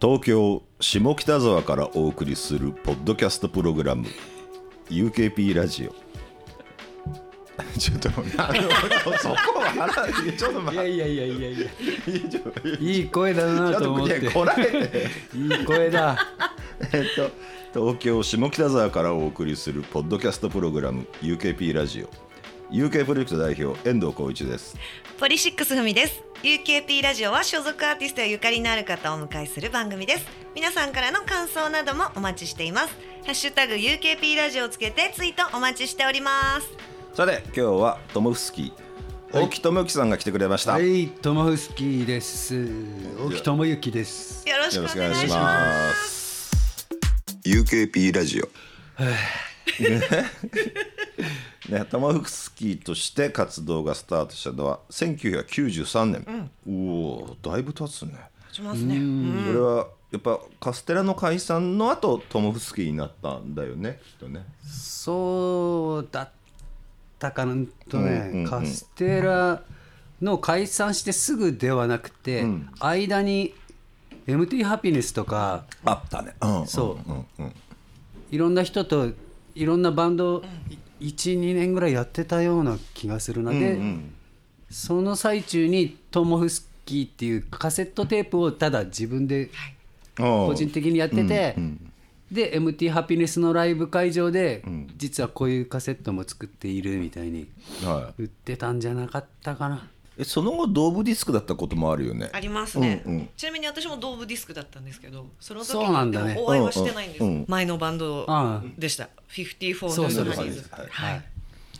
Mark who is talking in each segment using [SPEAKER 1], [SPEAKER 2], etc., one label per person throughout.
[SPEAKER 1] 東京下北沢からお送りするポッドキャストプログラム UKP ラジオ ちょっとあのそこは腹ちょっと
[SPEAKER 2] い
[SPEAKER 1] 待っ
[SPEAKER 2] や
[SPEAKER 1] て
[SPEAKER 2] いやいやいやいや
[SPEAKER 1] ちょっとち
[SPEAKER 2] いい声だな
[SPEAKER 1] ょっ
[SPEAKER 2] と思
[SPEAKER 1] と
[SPEAKER 2] っ
[SPEAKER 1] い
[SPEAKER 2] て
[SPEAKER 1] やこらえて
[SPEAKER 2] いい声 だ
[SPEAKER 1] えっと東京下北沢からお送りするポッドキャストプログラム UKP ラジオ UK プロジェクト代表遠藤浩一です
[SPEAKER 3] ポリシックスふみです。UKP ラジオは所属アーティストやゆかりのある方をお迎えする番組です。皆さんからの感想などもお待ちしています。ハッシュタグ UKP ラジオをつけてツイートお待ちしております。
[SPEAKER 1] さて今日はトモフスキー大木智之さんが来てくれました、
[SPEAKER 2] はいトモフスキーです大木智之です
[SPEAKER 3] よろし
[SPEAKER 1] よ
[SPEAKER 3] く
[SPEAKER 1] ろ
[SPEAKER 3] お
[SPEAKER 1] しくお願い
[SPEAKER 3] 願い
[SPEAKER 1] し
[SPEAKER 3] し
[SPEAKER 1] ま
[SPEAKER 3] ます。
[SPEAKER 1] す UKP ラジオ ね、トモフスキーとして活動がスタートしたのは1993年、おおだいぶ経つね、
[SPEAKER 3] しますね。
[SPEAKER 1] これはやっぱカステラの解散の後トモフスキーになったんだよねきっとね
[SPEAKER 2] そうだったかな
[SPEAKER 1] う
[SPEAKER 2] とね、
[SPEAKER 1] んうんうん
[SPEAKER 2] カステラの解散してすぐではなくて、
[SPEAKER 1] ん
[SPEAKER 2] 間に MT ハピネスとか
[SPEAKER 1] あったねうん
[SPEAKER 2] そう
[SPEAKER 1] うんうん
[SPEAKER 2] いろんな人といろんなバンド12年ぐらいやってたような気がするなで、その最中にトモフスキーっていうカセットテープをただ自分で
[SPEAKER 1] 個
[SPEAKER 2] 個人的にやってて、で MT ハピネスのライブ会場で、実はこういうカセットも作っているみたいに
[SPEAKER 1] はい
[SPEAKER 2] 売ってたんじゃなかったかな
[SPEAKER 1] えその後ドーブディスクだったこともあるよね
[SPEAKER 3] ありますね、
[SPEAKER 1] うんうん
[SPEAKER 3] ちなみに私もドーブディスクだったんですけど、その時
[SPEAKER 2] そうなんだね
[SPEAKER 3] でもお会いはしてないんです。
[SPEAKER 1] うんうん
[SPEAKER 3] 前のバンド
[SPEAKER 2] うん
[SPEAKER 3] でした。54
[SPEAKER 2] そう
[SPEAKER 3] の
[SPEAKER 2] そう
[SPEAKER 3] ジ
[SPEAKER 2] そ
[SPEAKER 3] ャパ
[SPEAKER 2] う
[SPEAKER 3] ニーズ。
[SPEAKER 1] はい
[SPEAKER 3] はい。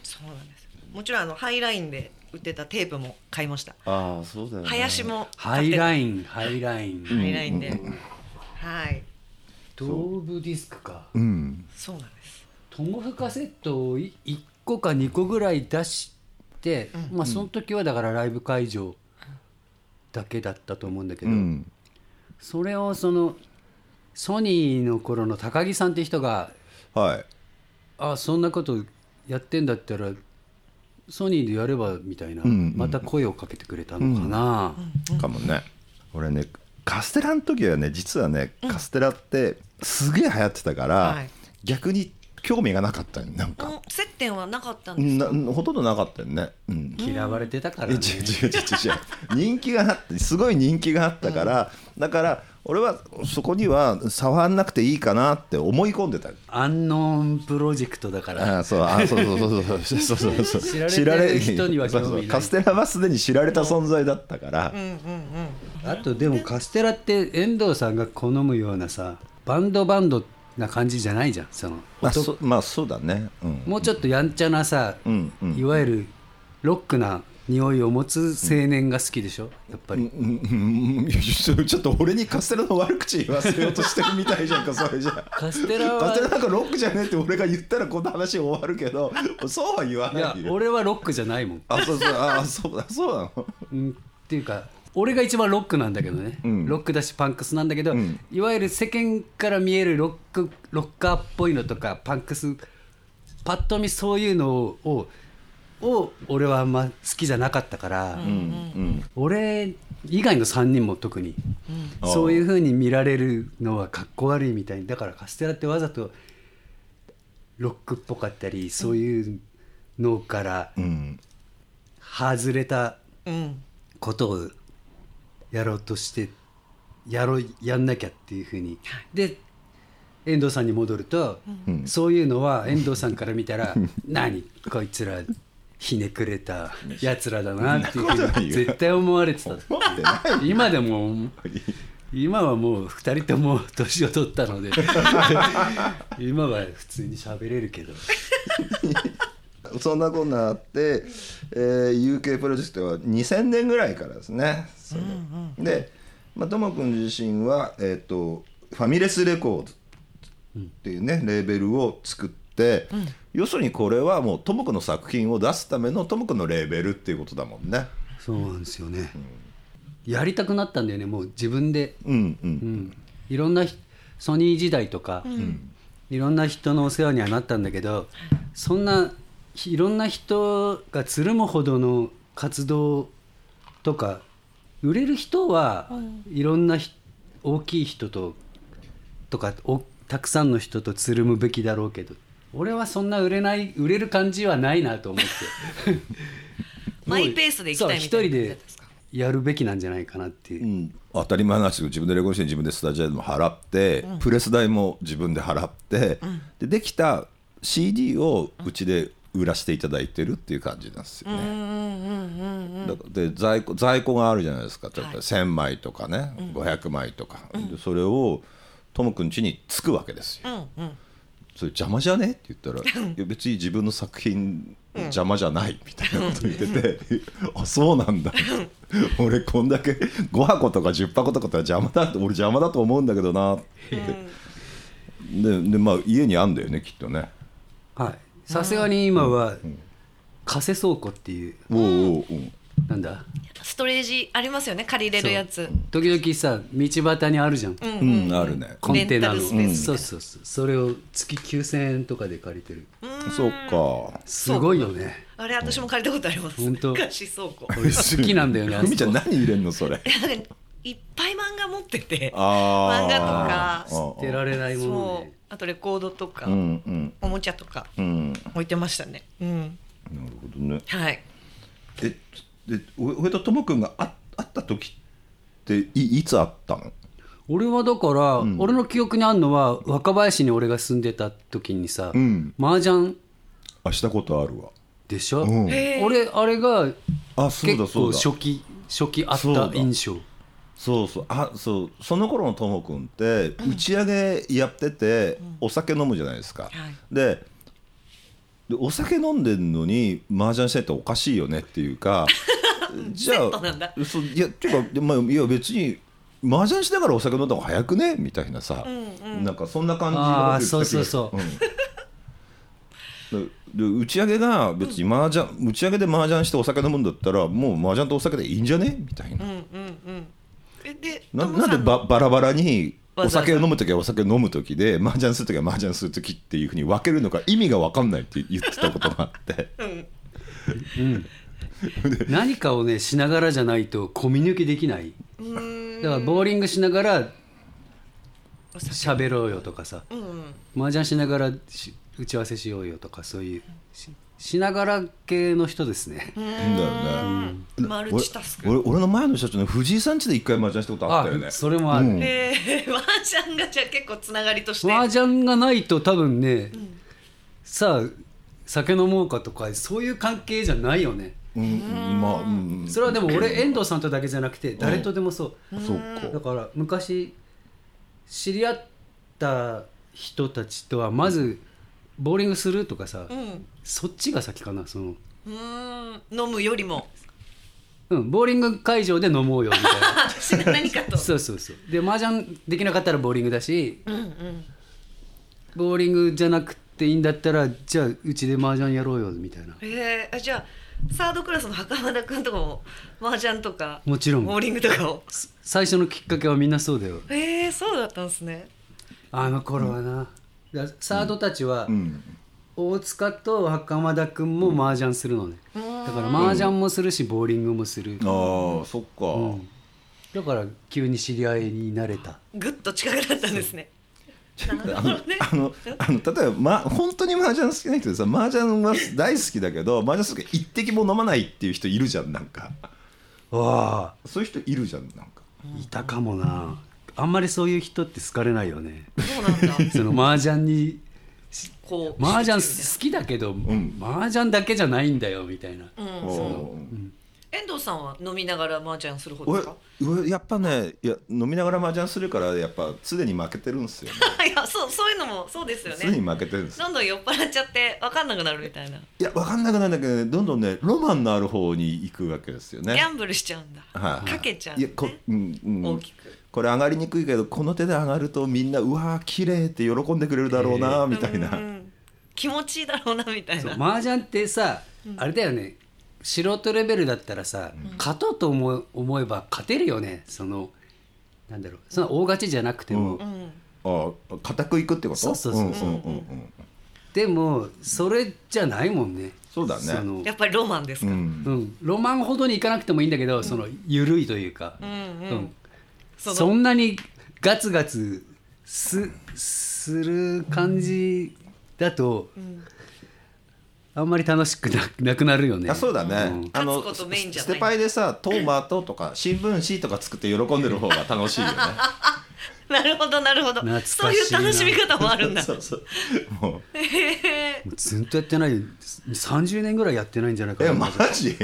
[SPEAKER 3] そうなんです。もちろんあのハイラインで売ってたテープも買いました。
[SPEAKER 1] ああそうだよね
[SPEAKER 3] 林も
[SPEAKER 2] ハ
[SPEAKER 3] 買っ
[SPEAKER 2] イ
[SPEAKER 3] てた
[SPEAKER 2] ラインハイライン、
[SPEAKER 3] ハイラインで、はい、
[SPEAKER 2] ドーブディスクか
[SPEAKER 1] うん
[SPEAKER 3] そうなんです。
[SPEAKER 2] トモフカセットを1個か2個ぐらい出して、まあその時はだからライブ会場だけだったと思うんだけ
[SPEAKER 1] う
[SPEAKER 2] ど、
[SPEAKER 1] ん
[SPEAKER 2] それをそのソニーの頃の高木さんって人が
[SPEAKER 1] はい
[SPEAKER 2] あそんなことやってんだったらソニーでやればみたいな、
[SPEAKER 1] んうんうん
[SPEAKER 2] また声をかけてくれたのかな、
[SPEAKER 1] かもね俺ねカステラの時はね実はねカステラってすげえ流行ってたから、
[SPEAKER 3] はい
[SPEAKER 1] 逆に興味がなかったのなん
[SPEAKER 3] う
[SPEAKER 1] か
[SPEAKER 3] ん接点はなかったんです。
[SPEAKER 1] なほとんどなかったよねうん
[SPEAKER 2] 嫌われてたから
[SPEAKER 1] え違
[SPEAKER 2] ね
[SPEAKER 1] う、違う違う違う人気があってすごい人気があったから、だから俺はそこには触んなくていいかなって思い込んでた
[SPEAKER 2] アンノーンプロジェクトだから
[SPEAKER 1] あそうあそうそうそうそうそうそうそうそう
[SPEAKER 2] 知られてる人には興味ない
[SPEAKER 1] そうそうカステラはすでに知られた存在だったから、
[SPEAKER 2] あとでもカステラって遠藤さんが好むようなさバンドバンドな感じじゃないじゃんその
[SPEAKER 1] まあ、そまあそうだねうん
[SPEAKER 2] もうちょっとやんちゃなさ、
[SPEAKER 1] んうん
[SPEAKER 2] いわゆるロックな匂いを持つ青年が好きでしょやっぱ
[SPEAKER 1] う
[SPEAKER 2] り、
[SPEAKER 1] んうんうんちょちょっと俺にカステラの悪口言わせようとしてるみたいじゃんかそれじゃ
[SPEAKER 2] カステラ
[SPEAKER 1] カステラ
[SPEAKER 2] は
[SPEAKER 1] なんかロックじゃねえって俺が言ったらこの話終わるけどそうは言わ
[SPEAKER 2] いや
[SPEAKER 1] ないよ
[SPEAKER 2] 俺はロックじゃないもん、
[SPEAKER 1] あそうそうああそうだそうなの
[SPEAKER 2] うん、っていうか俺が一番ロックなんだけどね、
[SPEAKER 1] ん
[SPEAKER 2] ロックだしパンクスなんだけど、
[SPEAKER 1] ん
[SPEAKER 2] いわゆる世間から見えるロックロッカーっぽいのとかパンクスパッと見そういうのをを俺はあんま好きじゃなかったから、
[SPEAKER 1] うん
[SPEAKER 2] 俺以外の3人も特に、そういうふうに見られるのはかっこ悪いみたいにだからカステラってわざとロックっぽかったりそういうのから
[SPEAKER 1] うん
[SPEAKER 2] 外れた
[SPEAKER 3] うん、
[SPEAKER 2] ことをやろうとしてやろうやんなきゃっていうふうにで遠藤さんに戻ると、そういうのは遠藤さんから見たら 「何こいつらひねくれたやつらだな」っていうふうに絶対思われてた。
[SPEAKER 1] 思ってないよ
[SPEAKER 2] 今で も今はもう2人とも年を取ったので 今は普通に喋れるけど
[SPEAKER 1] そんなこんなあって、えー UK プロジェクトは2000年ぐらいからですねそれで、まあ、ともくん自身は、えー、とファミレスレコードっていうね、レーベルを作って、要するにこれはもうともくんの作品を出すためのともくんのレーベルっていうことだもんね
[SPEAKER 2] そうなんですよね、やりたくなったんだよねもう自分で、
[SPEAKER 1] うんうん
[SPEAKER 2] うん、いろんなひソニー時代とか、いろんな人のお世話にはなったんだけどそんなひいろんな人がつるむほどの活動とか売れる人はいろんなひ大きい人ととかおたくさんの人とつるむべきだろうけど俺はそんな売れない売れる感じはないなと思って
[SPEAKER 3] マイペースで行きたいみた
[SPEAKER 2] そう一
[SPEAKER 3] いな
[SPEAKER 2] 人でやるべきなんじゃないかなっていうう、
[SPEAKER 1] ん当たり前なんですけど自分でレコードして自分でスタジアムも払って、プレス代も自分で払って、でできた CD をうちで売らせていただいてるっていう感じなんですよね。だからで在庫在庫があるじゃないですか例えば
[SPEAKER 3] はい
[SPEAKER 1] 1,000枚とかね、500枚とか、でそれをともくん家に着くわけですよ。
[SPEAKER 3] うんうん
[SPEAKER 1] それ邪魔じゃねって言ったら「いや別に自分の作品邪魔じゃない」みたいなこと言ってて「 あそうなんだ」俺こんだけ5箱とか10箱とかだったら邪魔だって俺邪魔だと思うんだけどなって、ででまあ家にあんだよねきっとね
[SPEAKER 2] はいさすがに今は加瀬倉庫っていう
[SPEAKER 1] おうおう、うん、
[SPEAKER 2] なんだ
[SPEAKER 3] ストレージありますよね借りれるやつ
[SPEAKER 2] 時々さ道端にあるじゃん、
[SPEAKER 1] うんあるね
[SPEAKER 2] コンテナの
[SPEAKER 3] レンタルスペースみたいな
[SPEAKER 2] そうそうそうそれを月9000円とかで借りてる
[SPEAKER 1] そうか
[SPEAKER 2] すごいよね
[SPEAKER 3] あれ私も借りたことあります
[SPEAKER 2] 本当
[SPEAKER 3] 貸し倉庫
[SPEAKER 2] 俺好きなんだよねあそ こ
[SPEAKER 1] ふみちゃん何入れんのそれ
[SPEAKER 3] なんかいっぱい漫画持ってて
[SPEAKER 1] あー
[SPEAKER 3] 漫画と
[SPEAKER 1] あ
[SPEAKER 3] か
[SPEAKER 2] 捨てられないもの
[SPEAKER 3] そ
[SPEAKER 2] ね
[SPEAKER 3] うあとレコードとか、
[SPEAKER 1] うんうん
[SPEAKER 3] おもちゃとか
[SPEAKER 1] うんなる
[SPEAKER 3] 置いてましたねうん
[SPEAKER 1] ほどね
[SPEAKER 3] はい
[SPEAKER 1] えでお俺とともくんがあ会った時っていいつ会ったの
[SPEAKER 2] 俺はだから、俺の記憶にあるのは若林に俺が住んでた時にさ、
[SPEAKER 1] ん
[SPEAKER 2] 麻雀
[SPEAKER 1] あしたことあるわ
[SPEAKER 2] でしょ、
[SPEAKER 1] うん
[SPEAKER 3] へー
[SPEAKER 2] 俺あれが
[SPEAKER 1] あそう
[SPEAKER 2] 結
[SPEAKER 1] だそ
[SPEAKER 2] 構
[SPEAKER 1] うだ
[SPEAKER 2] 初期初期あっ
[SPEAKER 1] そうだ
[SPEAKER 2] た印象
[SPEAKER 1] そうそうあそうその頃のともくんって打ち上げやっててお酒飲むじゃないですか、ででお酒飲んでんのに麻雀してっておかしいよねっていう かじゃ
[SPEAKER 3] セットなんだ
[SPEAKER 1] あそういやっていうかで、まあ、いや別に麻雀しながらお酒飲んだ方が早くねみたいなさ、なんかそんな感じ、
[SPEAKER 2] あーそうそうそ
[SPEAKER 1] う
[SPEAKER 2] う
[SPEAKER 1] んでで打ち上げが別に麻雀、打ち上げで麻雀してお酒飲むんだったらもう麻雀とお酒でいいんじゃねみたいな、
[SPEAKER 3] えで
[SPEAKER 1] な
[SPEAKER 3] トモ
[SPEAKER 1] な
[SPEAKER 3] さ
[SPEAKER 1] んでばバラバラに
[SPEAKER 3] わ
[SPEAKER 1] お
[SPEAKER 3] ざわざ
[SPEAKER 1] 酒を飲む時はお酒を飲む時で麻雀する時は麻雀する時っていうふうに分けるのか意味が分かんないって言ってたことがあって
[SPEAKER 2] 何かをねしながらじゃないとコミュニケできないだからボーリングしながら
[SPEAKER 3] お酒
[SPEAKER 2] 喋ろうよとかさ、麻雀しながらし打ち合わせしようよとかそういうししながら系の人ですね、
[SPEAKER 1] いいんだよね
[SPEAKER 3] マルチタスク
[SPEAKER 1] 俺俺俺の前の社長の藤井さん家で一回麻雀したことあったよね
[SPEAKER 2] あそれもある
[SPEAKER 1] うん
[SPEAKER 3] えー、 マージャンがじゃあ結構つながりとして
[SPEAKER 2] 麻雀がないと多分ね、さあ酒飲もうかとかそういう関係じゃないよね
[SPEAKER 1] うんまあうん
[SPEAKER 2] それはでも俺遠藤さんとだけじゃなくて誰とでもそう、
[SPEAKER 1] そっ
[SPEAKER 2] だ
[SPEAKER 1] か
[SPEAKER 2] から昔知り合った人たちとはまずボーリングするとかさ、
[SPEAKER 3] ん
[SPEAKER 2] そっちが先かなその、
[SPEAKER 3] うーん飲むよりも
[SPEAKER 2] うん、ボーリング会場で飲もうよみたい
[SPEAKER 3] あ私が何かと
[SPEAKER 2] なそうそうそうで麻雀できなかったらボーリングだし、ボーリングじゃなくていいんだったらじゃあうちで麻雀やろうよみたいな
[SPEAKER 3] えー、あじゃあサードクラスの袴田君とかもマージャンとか
[SPEAKER 2] もちろん
[SPEAKER 3] ボーリングとかを
[SPEAKER 2] 最初のきっかけはみんなそうだよ
[SPEAKER 3] えー、そうだったんですね
[SPEAKER 2] あの頃はな、だサードたちは、
[SPEAKER 1] うん
[SPEAKER 2] 大塚と袴田君も麻雀するのね、だから麻雀もするしボーリングもする、
[SPEAKER 1] ああそっか、
[SPEAKER 2] だから急に知り合いになれた
[SPEAKER 3] ぐっと近くなったんですね
[SPEAKER 1] あのあのあの例えば、ま、本当に麻雀好きな人でさ麻雀は大好きだけど麻雀する時一滴も飲まないっていう人いるじゃんなんか
[SPEAKER 2] あ
[SPEAKER 1] そういう人いるじゃんなんか
[SPEAKER 2] いたかもなあんまりそういう人って好かれないよね
[SPEAKER 3] そうなんだ
[SPEAKER 2] その麻雀に
[SPEAKER 3] こう
[SPEAKER 2] 麻雀好きだけど、
[SPEAKER 1] ん
[SPEAKER 2] 麻雀だけじゃないんだよみたいな、
[SPEAKER 3] うん
[SPEAKER 1] お
[SPEAKER 3] そう
[SPEAKER 1] ー
[SPEAKER 3] 遠藤さんは飲みながらマージャンする方で
[SPEAKER 1] 俺
[SPEAKER 3] すか
[SPEAKER 1] 俺やっぱねいや飲みながら麻雀するからやっぱ常に負けてるんですよ、ね、
[SPEAKER 3] いやそうそういうのもそうですよ
[SPEAKER 1] 常に
[SPEAKER 3] ね
[SPEAKER 1] 負けてるんですよ
[SPEAKER 3] どんどん酔っ払っちゃって分かんなくなるみたいな、
[SPEAKER 1] いや分かんなくなるんだけどねどんどんねロマンのある方に行くわけですよね
[SPEAKER 3] ギャンブルしちゃうんだ、
[SPEAKER 1] はい
[SPEAKER 3] かけちゃう、
[SPEAKER 1] いやこうんうん
[SPEAKER 3] 大きく
[SPEAKER 1] これ上がりにくいけどこの手で上がるとみんなうわー綺麗って喜んでくれるだろうなみたいな、
[SPEAKER 3] うん気持ちいいだろうなみたい
[SPEAKER 2] そう
[SPEAKER 3] な
[SPEAKER 2] 麻雀ってさ、あれだよね素人レベルだったらさ、勝とうと思う思えば勝てるよねそのなんだろうその大勝ちじゃなくても、
[SPEAKER 1] うんああ固くいくってこと
[SPEAKER 2] そうそうそうそうん
[SPEAKER 1] んんうん
[SPEAKER 2] でもそれじゃないもんね
[SPEAKER 1] そうだね
[SPEAKER 2] の
[SPEAKER 3] やっぱりロマンですか、
[SPEAKER 1] うん
[SPEAKER 2] うん、ロマンほどにいかなくてもいいんだけどその緩いというか、
[SPEAKER 3] うんうん
[SPEAKER 2] うん
[SPEAKER 3] その
[SPEAKER 2] そんなにガツガツすする感じだと、あんまり楽しくななくなるよね
[SPEAKER 1] あそうだね、
[SPEAKER 2] ん
[SPEAKER 1] あの
[SPEAKER 3] 勝つことメインじゃない
[SPEAKER 1] ステパイでさトーマトとか新聞紙とか作って喜んでる方が楽しいよね
[SPEAKER 3] なるほどなるほど
[SPEAKER 2] 懐かしい
[SPEAKER 3] そ
[SPEAKER 2] な
[SPEAKER 3] ういう楽しみ方もあるんだ
[SPEAKER 1] そうそうもう
[SPEAKER 2] もうずっとやってない30年ぐらいやってないんじゃないか
[SPEAKER 1] え
[SPEAKER 2] な、
[SPEAKER 1] マジ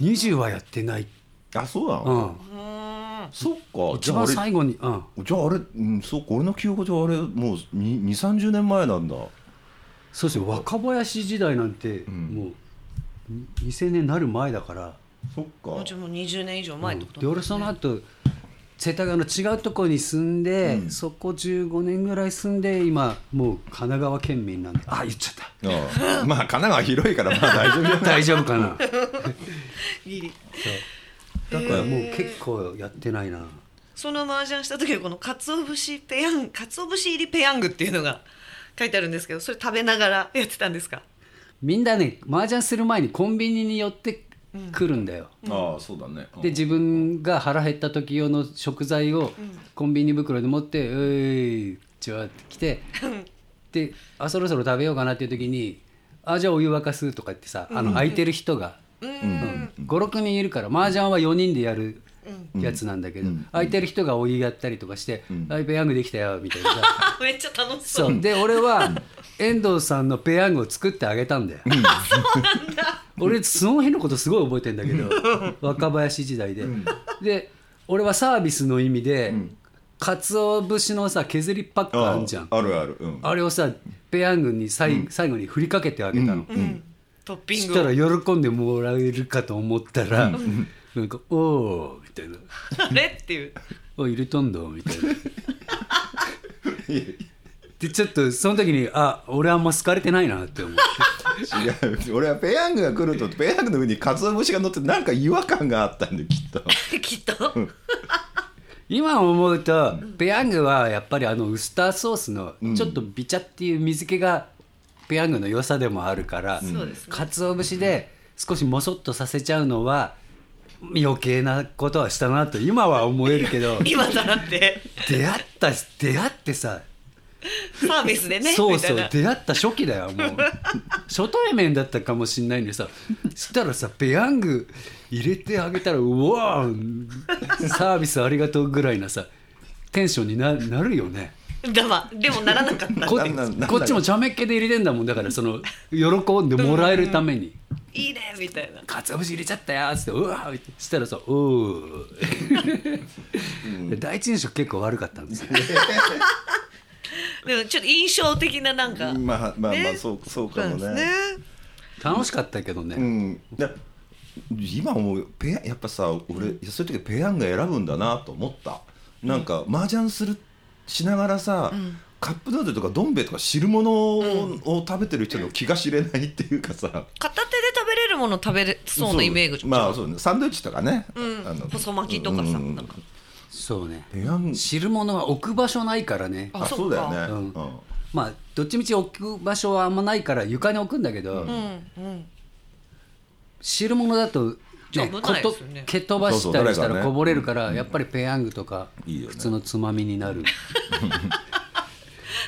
[SPEAKER 2] 20はやってない、
[SPEAKER 1] あそうな
[SPEAKER 2] う
[SPEAKER 1] の、
[SPEAKER 2] ん、
[SPEAKER 1] そっか
[SPEAKER 2] 一番最後に、うん、
[SPEAKER 1] じゃああれ、うん、そうか俺の記憶じゃあれもう2 3 0年前なんだ
[SPEAKER 2] そうですよ若林時代なんて、
[SPEAKER 1] ん
[SPEAKER 2] もう2000年になる前だから、
[SPEAKER 1] そっ
[SPEAKER 3] もう
[SPEAKER 1] か
[SPEAKER 3] ちょいもう20年以上前ってこと
[SPEAKER 2] で俺その後世田谷の違うとこに住んで、
[SPEAKER 1] うん
[SPEAKER 2] そこ15年ぐらい住んで今もう神奈川県民なんであ言っちゃっ
[SPEAKER 1] ああ まあ神奈川広いからまあ大丈夫
[SPEAKER 2] た 大丈夫かな
[SPEAKER 3] ギリ
[SPEAKER 2] だからもう結構やってないな
[SPEAKER 3] その麻雀した時はこの鰹節ペヤング鰹節入りペヤングっていうのが書いてあるんですけどそれ食べながらやってたんですか
[SPEAKER 2] みんなね麻雀する前にコンビニに寄ってくるんだよ、
[SPEAKER 1] ああそうだね
[SPEAKER 2] で自分が腹減った時用の食材をコンビニ袋で持って「うーいちょ」って来てであそろそろ食べようかなっていう時に「あじゃあお湯沸かす」とか言ってさあの空いてる人が、56人いるから麻雀は4人でやるやつなんだけど、空いてる人がお湯やったりとかして「あいペヤングできたよ」みたいなさ
[SPEAKER 3] あめっちゃ楽しそう
[SPEAKER 2] そうで俺は遠藤さんのペヤングを作ってあげたんだよ。俺その日のことすごい覚えてんだけど若林時代で、で俺はサービスの意味で、鰹節のさ削りパックあんじゃんあ
[SPEAKER 1] あるあるうん
[SPEAKER 2] れをさペヤングにさい、最後に振りかけてあげたの、
[SPEAKER 3] うんトッピン
[SPEAKER 2] し
[SPEAKER 3] グ
[SPEAKER 2] た
[SPEAKER 3] を
[SPEAKER 2] ら喜んでもらえるかと思ったら、なんか「おお」みたいな
[SPEAKER 3] あれっていう
[SPEAKER 2] 「お入れたんだ」みたいな。 でちょっとその時にあ俺あんま好かれてないなって思って
[SPEAKER 1] 違う俺はペヤングが来るとペヤングの上に鰹節が乗ってなんか違和感があったんできっと
[SPEAKER 3] きっと
[SPEAKER 2] 今思うと、ペヤングはやっぱりあのウスターソースのちょっとビチャっていう水気がペヤングの良さでもあるから、
[SPEAKER 3] そうですね
[SPEAKER 2] かつお節で少しもそっとさせちゃうのは余計なことはしたなと今は思えるけ ど
[SPEAKER 3] 今だって
[SPEAKER 2] 出会った出会ってさ、
[SPEAKER 3] サービスでね
[SPEAKER 2] そう
[SPEAKER 3] みた
[SPEAKER 2] そ
[SPEAKER 3] いうな
[SPEAKER 2] 出会った初期だよも う初対面だったかもしんないんでさしたらさペヤング入れてあげたらうわーサービスありがとうぐらいなさテンションにななるよね
[SPEAKER 3] だわでもならなかった
[SPEAKER 2] こ
[SPEAKER 1] なんなんなんだ
[SPEAKER 2] こっちもちゃめっ気で入れてんだもんだからその喜んでもらえるために
[SPEAKER 3] いいねみたい
[SPEAKER 2] 「
[SPEAKER 3] な
[SPEAKER 2] かつお節入れちゃったよ」っつって「うわー」ってしたらさ「うー」第一印象結構悪かったんですよ
[SPEAKER 3] でもちょっと印象的ななん
[SPEAKER 1] ま
[SPEAKER 3] か
[SPEAKER 1] あまあまあ
[SPEAKER 3] ね
[SPEAKER 1] そうそうか
[SPEAKER 3] なん
[SPEAKER 1] も
[SPEAKER 3] です
[SPEAKER 1] ね
[SPEAKER 2] 楽しかったけどね、
[SPEAKER 1] うんで今思うペヤやっぱさ俺いやそういう時ペヤング選ぶんだなと思ったなんか麻雀するしながらさ、カップヌードルとかどん兵衛とか汁物を,、食べてる人の気が知れないっていうかさ
[SPEAKER 3] 片手で食べれるもの食べれそうなイメージ
[SPEAKER 1] まあそうねサンドイッチとかね、
[SPEAKER 3] うん
[SPEAKER 1] あの
[SPEAKER 3] 細巻きとかさなんか
[SPEAKER 2] そうね
[SPEAKER 1] ペヤング
[SPEAKER 2] 汁物は置く場所ないからね
[SPEAKER 1] あ
[SPEAKER 3] あ
[SPEAKER 1] そうだよね、
[SPEAKER 3] そっ
[SPEAKER 2] かうん
[SPEAKER 1] うん
[SPEAKER 2] まあどっちみち置く場所はあんまないから床に置くんだけど、
[SPEAKER 3] うんうん
[SPEAKER 2] 汁物だと、
[SPEAKER 3] じゃあ
[SPEAKER 2] ね
[SPEAKER 3] 危
[SPEAKER 2] こ
[SPEAKER 3] ないで
[SPEAKER 2] と
[SPEAKER 3] すよね
[SPEAKER 2] 蹴飛ばしたりし
[SPEAKER 1] そう
[SPEAKER 2] た
[SPEAKER 1] そう誰かね
[SPEAKER 2] らこぼれるから、やっぱりペヤングとか
[SPEAKER 1] いいよね
[SPEAKER 2] 普通のつまみになる、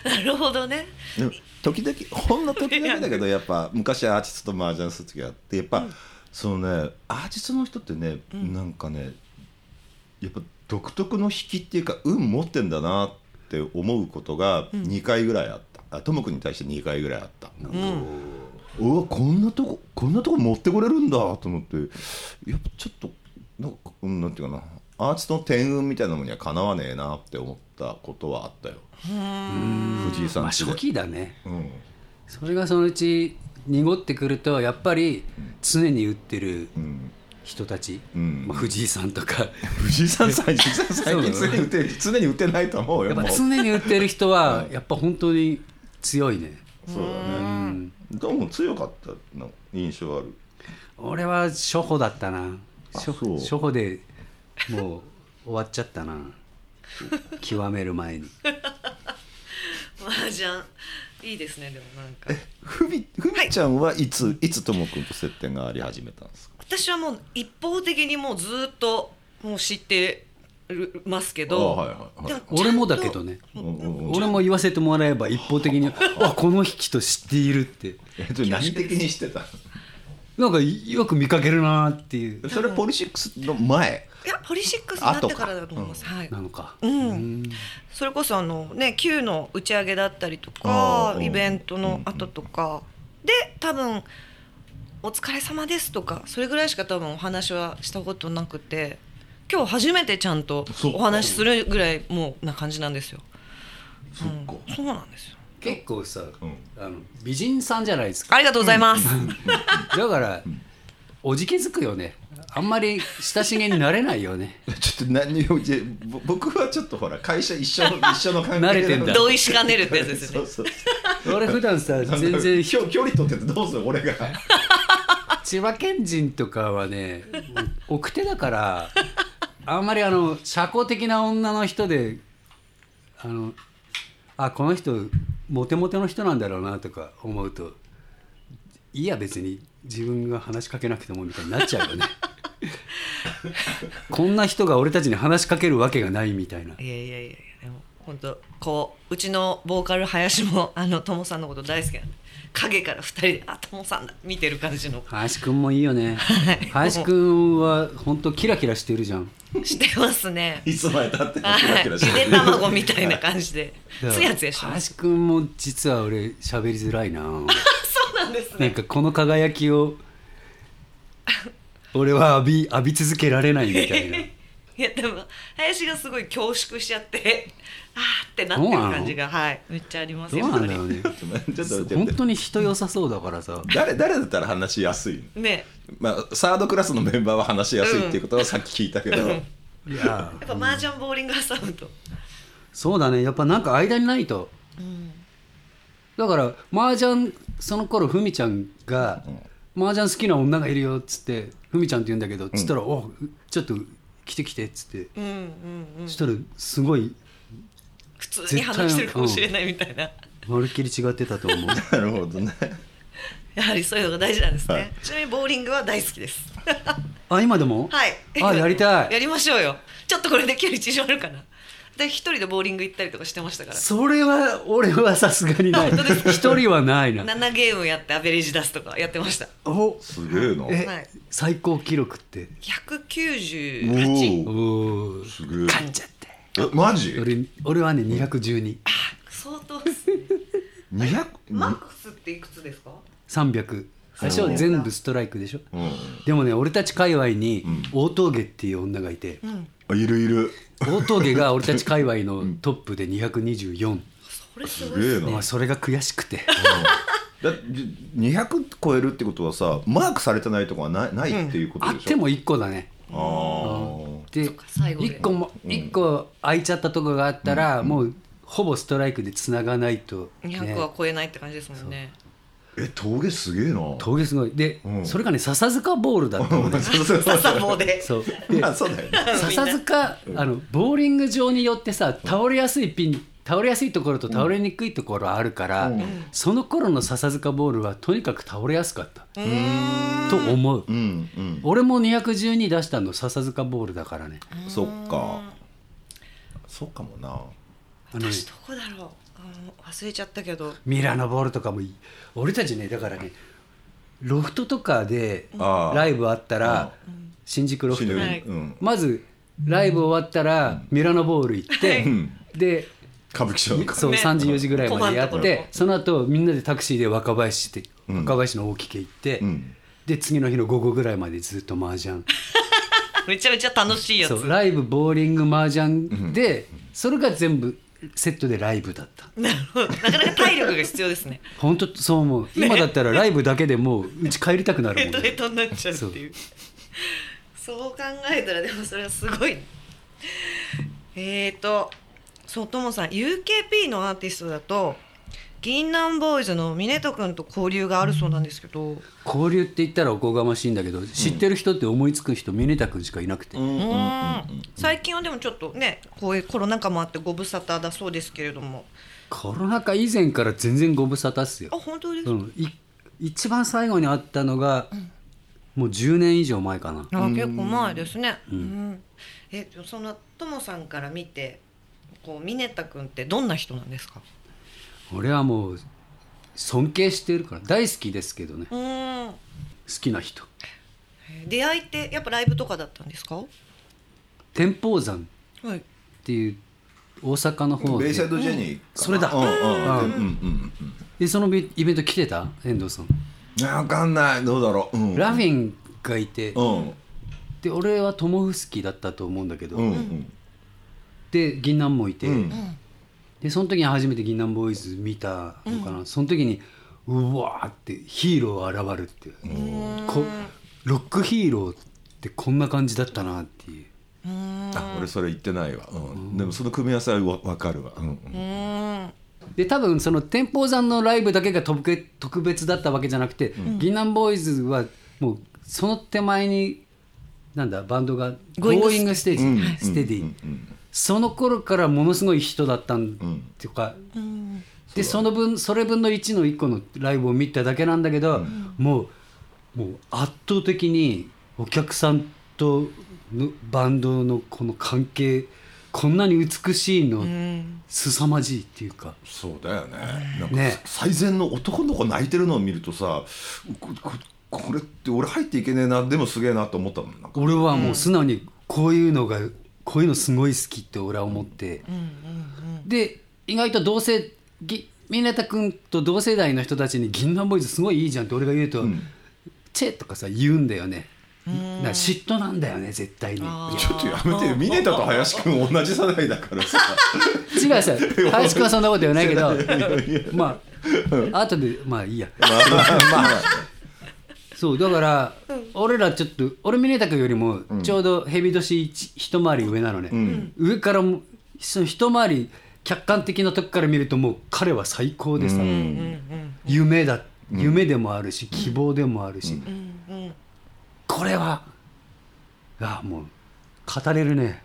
[SPEAKER 3] なるほどね
[SPEAKER 1] でも時々ほんの時々だけどやっぱ昔アーティストと麻雀する時があってやっぱ、そのねアーティストの人ってね、なんかねやっぱ独特の引きっていうか運持ってんだなって思うことが2回ぐらいあった、あトモ君に対して2回ぐらいあった。うわこんなとここんなとこ持ってこれるんだと思ってやっぱちょっとなんかうんなんていうかなアーティストの天運みたいなものにはかなわねえなって思ったことはあったよ藤井さん
[SPEAKER 2] まあ
[SPEAKER 1] ちで
[SPEAKER 2] 初期だね
[SPEAKER 1] うん
[SPEAKER 2] それがそのうち濁ってくるとやっぱり常に売ってる
[SPEAKER 1] うん
[SPEAKER 2] 人たち、
[SPEAKER 1] うん
[SPEAKER 2] まあ、藤井さん とか
[SPEAKER 1] 藤井さんさ藤井さん最近
[SPEAKER 2] そ
[SPEAKER 1] 常
[SPEAKER 2] うだ
[SPEAKER 1] に打て常に打てないと思うよ
[SPEAKER 2] やっぱ
[SPEAKER 1] もう
[SPEAKER 2] 常に売ってる人はやっぱ本当に強いね
[SPEAKER 1] そうだねどうも強かったの印象ある
[SPEAKER 2] 俺は初歩だったな初
[SPEAKER 1] そう
[SPEAKER 2] 初歩でもう終わっちゃったな極める前に
[SPEAKER 3] 麻雀いいですねでもなんか
[SPEAKER 1] ふみふみちゃんはいつ、い、つともくんと接点があり始めたんですか
[SPEAKER 3] 私はもう一方的にもうずっともう知ってるますけ
[SPEAKER 1] あ
[SPEAKER 3] ど、
[SPEAKER 1] はいはいはい
[SPEAKER 3] でも
[SPEAKER 2] 俺もだけどね
[SPEAKER 1] うんうんうん
[SPEAKER 2] 俺も言わせてもらえば一方的に「あこの人と知っている」って
[SPEAKER 1] えそれ何的にしてた
[SPEAKER 2] なんかよく見かけるなーっていう
[SPEAKER 1] それポリシックスの前
[SPEAKER 3] いやポリシックスになってからだと思います、はい
[SPEAKER 2] なのか。
[SPEAKER 3] うん
[SPEAKER 2] うん
[SPEAKER 3] それこそあのね Q の打ち上げだったりと
[SPEAKER 1] あ
[SPEAKER 3] か
[SPEAKER 1] ー
[SPEAKER 3] イベントの後とかで多分「お疲れ様です」とかそれぐらいしか多分お話はしたことなくて今日初めてちゃんと
[SPEAKER 1] そうか
[SPEAKER 3] お話しするぐらいもうな感じなんですよ。
[SPEAKER 1] そっか
[SPEAKER 3] うんそうなんですよ
[SPEAKER 2] 結構さ、
[SPEAKER 1] うん
[SPEAKER 2] あの美人さんじゃないですか
[SPEAKER 3] ありがとうご ざいます。
[SPEAKER 2] だから、おじけづくよねあんまり親しげになれないよね
[SPEAKER 1] ちょっと何をじゃぼ僕はちょっとほら会社一緒の一緒の関係なの
[SPEAKER 2] 慣れてんだ
[SPEAKER 3] 同意しかねるってやつです
[SPEAKER 1] そ
[SPEAKER 3] ね
[SPEAKER 1] う。そう
[SPEAKER 2] 俺普段さ
[SPEAKER 1] そう
[SPEAKER 2] 全然
[SPEAKER 1] 距距離取っててどうする俺が
[SPEAKER 2] 千葉県人とかはね奥手だからあんまりあの社交的な女の人であのあこの人モテモテの人なんだろうなとか思うといいや別に自分が話しかけなくてもみたいになっちゃ うよねこんな人が俺たちに話しかけるわけがないみたいない
[SPEAKER 3] やいやいやいやでも本当こううちのボーカル林もあのともさんのこと大好きなんで影から二人で「あともさんだ」見てる感じの
[SPEAKER 2] 林くんもいいよね
[SPEAKER 3] はい
[SPEAKER 2] 林くんは本当キラキラしてるじゃん
[SPEAKER 3] してま すね。
[SPEAKER 1] いつまでたっても
[SPEAKER 3] はい
[SPEAKER 1] キラキ ラして
[SPEAKER 3] ゆで
[SPEAKER 1] る
[SPEAKER 3] 卵みたいな感じで、つやつやしてま
[SPEAKER 2] 林
[SPEAKER 3] す。
[SPEAKER 2] くんも実は俺喋りづらいな
[SPEAKER 3] そうなんです
[SPEAKER 2] なん
[SPEAKER 3] ね。
[SPEAKER 2] かこの輝きを俺は浴び浴び続けられないみたいな
[SPEAKER 3] いやでも林がすごい恐縮しちゃって、 あーってなってる感じがはいめっちゃあります
[SPEAKER 2] ど
[SPEAKER 3] よ。
[SPEAKER 2] うなんだろう
[SPEAKER 3] やっ
[SPEAKER 2] ね
[SPEAKER 1] ちょっと待
[SPEAKER 2] 本
[SPEAKER 1] って
[SPEAKER 2] 当に人良さそうだからさ
[SPEAKER 1] 誰誰だったら話しやすい
[SPEAKER 3] ぱりね、
[SPEAKER 1] まあサードクラスのメンバーは話しやすいっていうことはさっき聞いたけど、
[SPEAKER 2] いや
[SPEAKER 3] やっぱ麻雀ボーリング挟むと、
[SPEAKER 2] そうだねやっぱなんか間にないとだから麻雀その頃ふみちゃんが麻雀好きな女がいるよっつってふみちゃんって言うんだけどつったら「おちょっと来て来て」っつって
[SPEAKER 3] うんうんうん、
[SPEAKER 2] そしたらすごい
[SPEAKER 3] 普通に話してるかもしれないみたいな。
[SPEAKER 2] まるっきり違ってたと 思う
[SPEAKER 1] なるほどね
[SPEAKER 3] やはりそういうのが大事なんですね。
[SPEAKER 1] はい
[SPEAKER 3] ちなみにボーリングは大好きです。
[SPEAKER 2] あ今でも
[SPEAKER 3] はい。
[SPEAKER 2] あやりた い
[SPEAKER 3] やりましょうよ。ちょっとこれで距離縮まるかな。で一人でボーリング行ったりとかしてましたから。
[SPEAKER 2] それは俺はさすがにない
[SPEAKER 3] 本当ですか
[SPEAKER 2] 一人はないな
[SPEAKER 3] 7ゲームやってアベレージ出すとかやってました
[SPEAKER 2] お
[SPEAKER 1] すげえな
[SPEAKER 2] え、
[SPEAKER 3] はい
[SPEAKER 2] 最高記録って
[SPEAKER 1] お
[SPEAKER 3] 198
[SPEAKER 1] お
[SPEAKER 2] お
[SPEAKER 1] すげえ
[SPEAKER 2] 勝っちゃって
[SPEAKER 1] えマジ
[SPEAKER 2] 俺俺はね212
[SPEAKER 3] 相当ですね
[SPEAKER 1] 200?
[SPEAKER 3] マックスっていくつですか
[SPEAKER 2] 300最初は全部ストライクでしょ
[SPEAKER 1] うん
[SPEAKER 2] でもね俺たち界隈に大峠っていう女がいて、
[SPEAKER 1] あいるいる
[SPEAKER 2] 大峠が俺たち界隈のトップで224、
[SPEAKER 3] それす
[SPEAKER 1] す
[SPEAKER 3] ごい
[SPEAKER 1] げえ
[SPEAKER 2] まあ
[SPEAKER 1] な
[SPEAKER 2] それが悔しくて
[SPEAKER 1] だって200超えるってことはさマークされてないとこはないないっていうこと
[SPEAKER 2] あ
[SPEAKER 1] でしょ、
[SPEAKER 2] っても1個だね
[SPEAKER 1] あ
[SPEAKER 2] で
[SPEAKER 3] っか最後で
[SPEAKER 2] 1個も一個空いちゃったとこがあったら、もうほぼストライクでつながないと、ね、
[SPEAKER 3] 200は超えないって感じですもんね
[SPEAKER 1] ーえ峠すげえな
[SPEAKER 2] 峠すごいで、
[SPEAKER 1] うん
[SPEAKER 2] それがね笹塚ボールだったのね
[SPEAKER 1] そうそうそう
[SPEAKER 3] 笹棒 で
[SPEAKER 2] そう
[SPEAKER 1] まあそうだよね
[SPEAKER 2] 笹塚あのボーリング場によってさ倒れやすいピン倒れやすいところと倒れにくいところあるから、
[SPEAKER 1] うん
[SPEAKER 2] その頃の笹塚ボールはとにかく倒れやすかったと思う、
[SPEAKER 1] うんうん
[SPEAKER 2] 俺も212出したの笹塚ボールだからね
[SPEAKER 1] そっかそうかもな
[SPEAKER 2] あのね
[SPEAKER 3] 私どこだろうあの忘れちゃったけど
[SPEAKER 2] ミラノボールとかもいい俺たちねだからねロフトとかで
[SPEAKER 1] ああ
[SPEAKER 2] ライブあったら新宿ロフト
[SPEAKER 1] 死ぬ
[SPEAKER 3] はい
[SPEAKER 1] うん
[SPEAKER 2] まずライブ終わったらミラノボール行って、
[SPEAKER 1] ん
[SPEAKER 2] で
[SPEAKER 1] 歌舞伎町の
[SPEAKER 2] そう
[SPEAKER 3] ね
[SPEAKER 2] 3時4時ぐらいまでや
[SPEAKER 3] ご
[SPEAKER 2] っ
[SPEAKER 3] 飯のとこ
[SPEAKER 2] てその後みんなでタクシーで若林して
[SPEAKER 1] うん
[SPEAKER 2] 若林の大木家行って、
[SPEAKER 1] うん
[SPEAKER 2] で次の日の午後ぐらいまでずっと麻雀
[SPEAKER 3] めちゃめちゃ楽しいやつ
[SPEAKER 2] そうライブボーリング麻雀で、それが全部セットでライブだった
[SPEAKER 3] なるほどなかなか体力が必要ですね
[SPEAKER 2] 本当そう思う今だったらライブだけでもううち帰りたくなる
[SPEAKER 3] ヘ
[SPEAKER 2] もん
[SPEAKER 3] トヘ
[SPEAKER 2] ね
[SPEAKER 3] トになっちゃうっていうそう考えたらでもそれはすごいえーとそうともさん UKP のアーティストだと銀杏ボーイズの峰人君と交流があるそうなんですけど、
[SPEAKER 2] 交流って言ったらおこがましいんだけど知ってる人って思いつく人峰田君しかいなくて、
[SPEAKER 1] うん
[SPEAKER 3] う
[SPEAKER 1] うん
[SPEAKER 3] ーん最近はでもちょっとねこういうコロナ禍もあってご無沙汰だそうですけれども
[SPEAKER 2] コロナ禍以前から全然ご無沙汰っすよ
[SPEAKER 3] あ本当です
[SPEAKER 2] う
[SPEAKER 3] か、
[SPEAKER 2] ん、い一番最後に会ったのが、もう10年以上前かな
[SPEAKER 3] あ結構前ですね。う
[SPEAKER 2] うん
[SPEAKER 3] ん、えそのともさんから見てこうミネタ君ってどんな人なんですか。
[SPEAKER 2] 俺はもう尊敬してるから大好きですけどね好
[SPEAKER 3] うん。え
[SPEAKER 2] きな人
[SPEAKER 3] 出会いってやっぱライブとかだったんですか。は
[SPEAKER 2] 天保山
[SPEAKER 3] い。
[SPEAKER 2] っていう大阪の方
[SPEAKER 1] ベ
[SPEAKER 2] で
[SPEAKER 1] イサイドジェニーかな
[SPEAKER 2] それだ
[SPEAKER 1] うんうんうんう
[SPEAKER 2] うん
[SPEAKER 1] んうんうん
[SPEAKER 2] でそのイベント来てた遠藤さん、
[SPEAKER 1] いやわかんないどうだろううん
[SPEAKER 2] ラフィンがいて、
[SPEAKER 1] うん
[SPEAKER 2] で俺はトモフスキだったと思うんだけど、
[SPEAKER 1] うんうん
[SPEAKER 2] で銀杏もいて、
[SPEAKER 1] うん
[SPEAKER 2] でその時に初めて銀杏ボーイズ見たのかな、その時にうわーってヒーロー現るっていうこロックヒーローってこんな感じだったなっていう
[SPEAKER 1] あ俺それ言ってないわうんでもその組み合わせはわわかるわうんうん
[SPEAKER 3] うん。
[SPEAKER 2] で多分その天保山のライブだけが特別特別だったわけじゃなくて、銀杏ボーイズはもうその手前になんだバンドが「
[SPEAKER 3] Going
[SPEAKER 2] Going Stage
[SPEAKER 1] うん」
[SPEAKER 2] ステディ、
[SPEAKER 1] うんうん
[SPEAKER 2] その頃からものすごい人だったん
[SPEAKER 1] ん
[SPEAKER 2] っていうか、でその分それ分の1の1個のライブを見ただけなんだけど、もうもう圧倒的にお客さんとのバンドのこの関係こんなに美しいの、凄まじいっていうか。
[SPEAKER 1] そうだよねなんか
[SPEAKER 2] ね
[SPEAKER 1] 最善の男の子泣いてるのを見るとさこここれって俺入っていけねえなでもすげえなと思ったもんなんか
[SPEAKER 2] 俺はもう素直にこういうのがこういうのすごい好きって俺は思って、で意外と同世ぎミネタ君と同世代の人たちに「銀杏ボーイズすごいいいじゃん」って俺が言うと「チェ」とかさ言うんだよね、な嫉妬なんだよね絶対に
[SPEAKER 3] あ
[SPEAKER 1] ちょっとやめてよミネタと林くん同じ世代だからさ
[SPEAKER 2] 違うさ林君はそんなこと言わ ないけどまあ後でまあいいや
[SPEAKER 1] まあまあまあ
[SPEAKER 2] そうだから、俺らちょっと俺峰田君よりもちょうどヘビ年一一回り上なのね、上からもその一回り客観的なとこから見るともう彼は最高でさ、 夢だ夢でもあるし希望でもあるし、これはあもう語れるね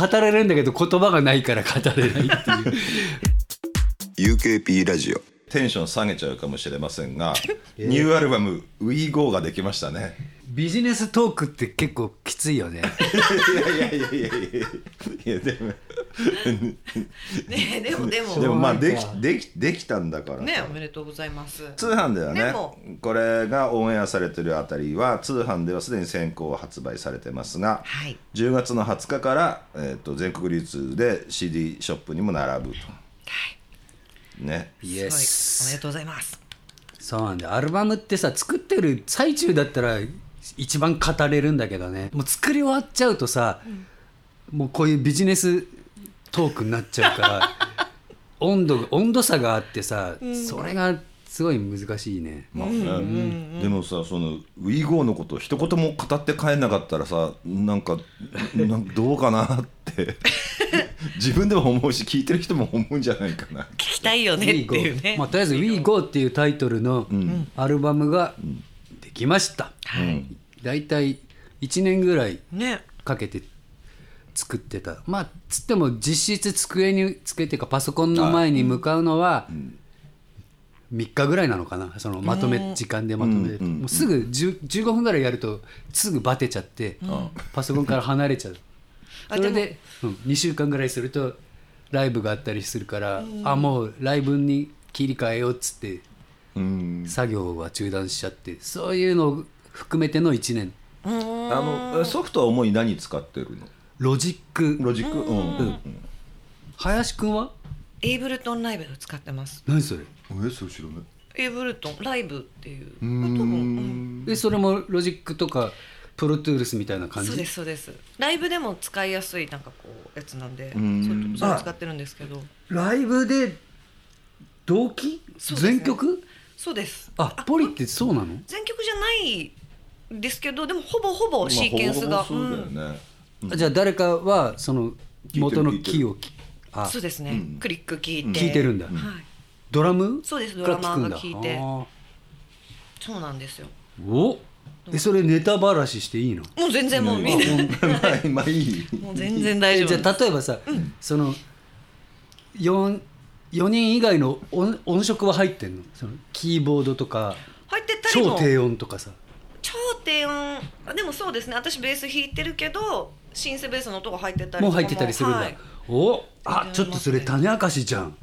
[SPEAKER 2] 語れるんだけど言葉がないから語れないっていう
[SPEAKER 4] UKP ラジオ
[SPEAKER 1] テンション下げちゃうかもしれま せんが、ニューアルバム「WeGo」ができましたね。
[SPEAKER 2] ビジネストークって結構きついよね
[SPEAKER 1] いやいやいやいやいやいやでも
[SPEAKER 3] ねでもでも
[SPEAKER 1] でもまあでき
[SPEAKER 2] そう
[SPEAKER 1] できできたんだからさ
[SPEAKER 3] ねおめでとうございます。
[SPEAKER 1] 通販では
[SPEAKER 3] で
[SPEAKER 1] ね
[SPEAKER 3] も
[SPEAKER 1] これがオンエアされてるあたりは通販ではすでに先行発売されてますが、
[SPEAKER 3] はい
[SPEAKER 1] 10月の20日から、えー、と全国流通で CD ショップにも並ぶと。ね、
[SPEAKER 2] イエ
[SPEAKER 3] す
[SPEAKER 2] ス
[SPEAKER 3] ごいおめでとうございます。
[SPEAKER 2] そうなんだよアルバムってさ作ってる最中だったら一番語れるんだけどねもう作り終わっちゃうとさ、もうこういうビジネストークになっちゃうから 温度温度差があってさ、それがすごい難しいね
[SPEAKER 1] まあねでもさその「WeGo」のこと一言も語って帰んなかったらさなんかなんどうかなって 自分でも思うし聞いてる人も思うんじゃないかな
[SPEAKER 3] 聞きたい
[SPEAKER 2] 「
[SPEAKER 3] よねっていうね。
[SPEAKER 2] まあ、とりあえず「WeGo」っていうタイトルのアルバムができました、だいたい1年ぐらい
[SPEAKER 3] ね。
[SPEAKER 2] かけて作ってたまあつっても実質机に机っていうかパソコンの前に向かうのは3日ぐらいなのかなそのまとめ時間でまとめるともうすぐ10 15分ぐらいやるとすぐバテちゃってパソコンから離れちゃう
[SPEAKER 3] あ
[SPEAKER 2] それ
[SPEAKER 3] で
[SPEAKER 2] で、うん、2週間ぐらいするとライブがあったりするからあもうライブに切り替えようっつって
[SPEAKER 1] うん
[SPEAKER 2] 作業は中断しちゃってそういうのを含めての1年
[SPEAKER 3] うーん。
[SPEAKER 1] あのソフトは主に何使ってるの
[SPEAKER 2] ロジック
[SPEAKER 1] ロジックうん、
[SPEAKER 2] 林くんは
[SPEAKER 3] エイブルトンライブを使ってます。
[SPEAKER 2] 何それ
[SPEAKER 1] えそれ知らない
[SPEAKER 3] エイブルトンライブっていう。多
[SPEAKER 1] う
[SPEAKER 3] 分うん
[SPEAKER 2] でそれもロジックとかプロトゥールスみたいな感じ
[SPEAKER 3] そうですそうですライブでも使いやすいなんかこうやつなんでそ
[SPEAKER 1] ん
[SPEAKER 3] れそれ使ってるんですけど
[SPEAKER 2] ライブで同期
[SPEAKER 3] そうですね
[SPEAKER 2] 全曲
[SPEAKER 3] そうです
[SPEAKER 2] あポリってそうなの
[SPEAKER 3] 全曲じゃないですけどでもほぼほぼシーケンス
[SPEAKER 1] まあ
[SPEAKER 3] が
[SPEAKER 1] ほぼほぼそうだよ
[SPEAKER 3] うん
[SPEAKER 1] ね、
[SPEAKER 2] あじゃあ誰かはその
[SPEAKER 1] る
[SPEAKER 2] 元のキーをきあ
[SPEAKER 3] そうですね、クリック聞いて
[SPEAKER 2] 聞いてるんだ、
[SPEAKER 3] はい
[SPEAKER 2] ドラム
[SPEAKER 3] そうです
[SPEAKER 2] から聞くんだ
[SPEAKER 3] ドラマーが聞いて
[SPEAKER 2] あー
[SPEAKER 3] そうなんですよ
[SPEAKER 2] おえそれネタばらししていいの
[SPEAKER 3] もう全然もうみんな
[SPEAKER 1] まあ まあいい
[SPEAKER 3] もう全然大丈夫
[SPEAKER 2] えじゃあ例えばさ、その 4, 4人以外の音音色は入ってんのそのキーボードとか
[SPEAKER 3] 入ってたり
[SPEAKER 2] 超
[SPEAKER 3] も超
[SPEAKER 2] 低音とかさ
[SPEAKER 3] 超低音あでもそうですね私ベース弾いてるけどシンセベースの音が入ってたりとか
[SPEAKER 2] もう入ってたりするんだ、
[SPEAKER 3] はい
[SPEAKER 2] おあちょっとそれ種明かしじゃ ん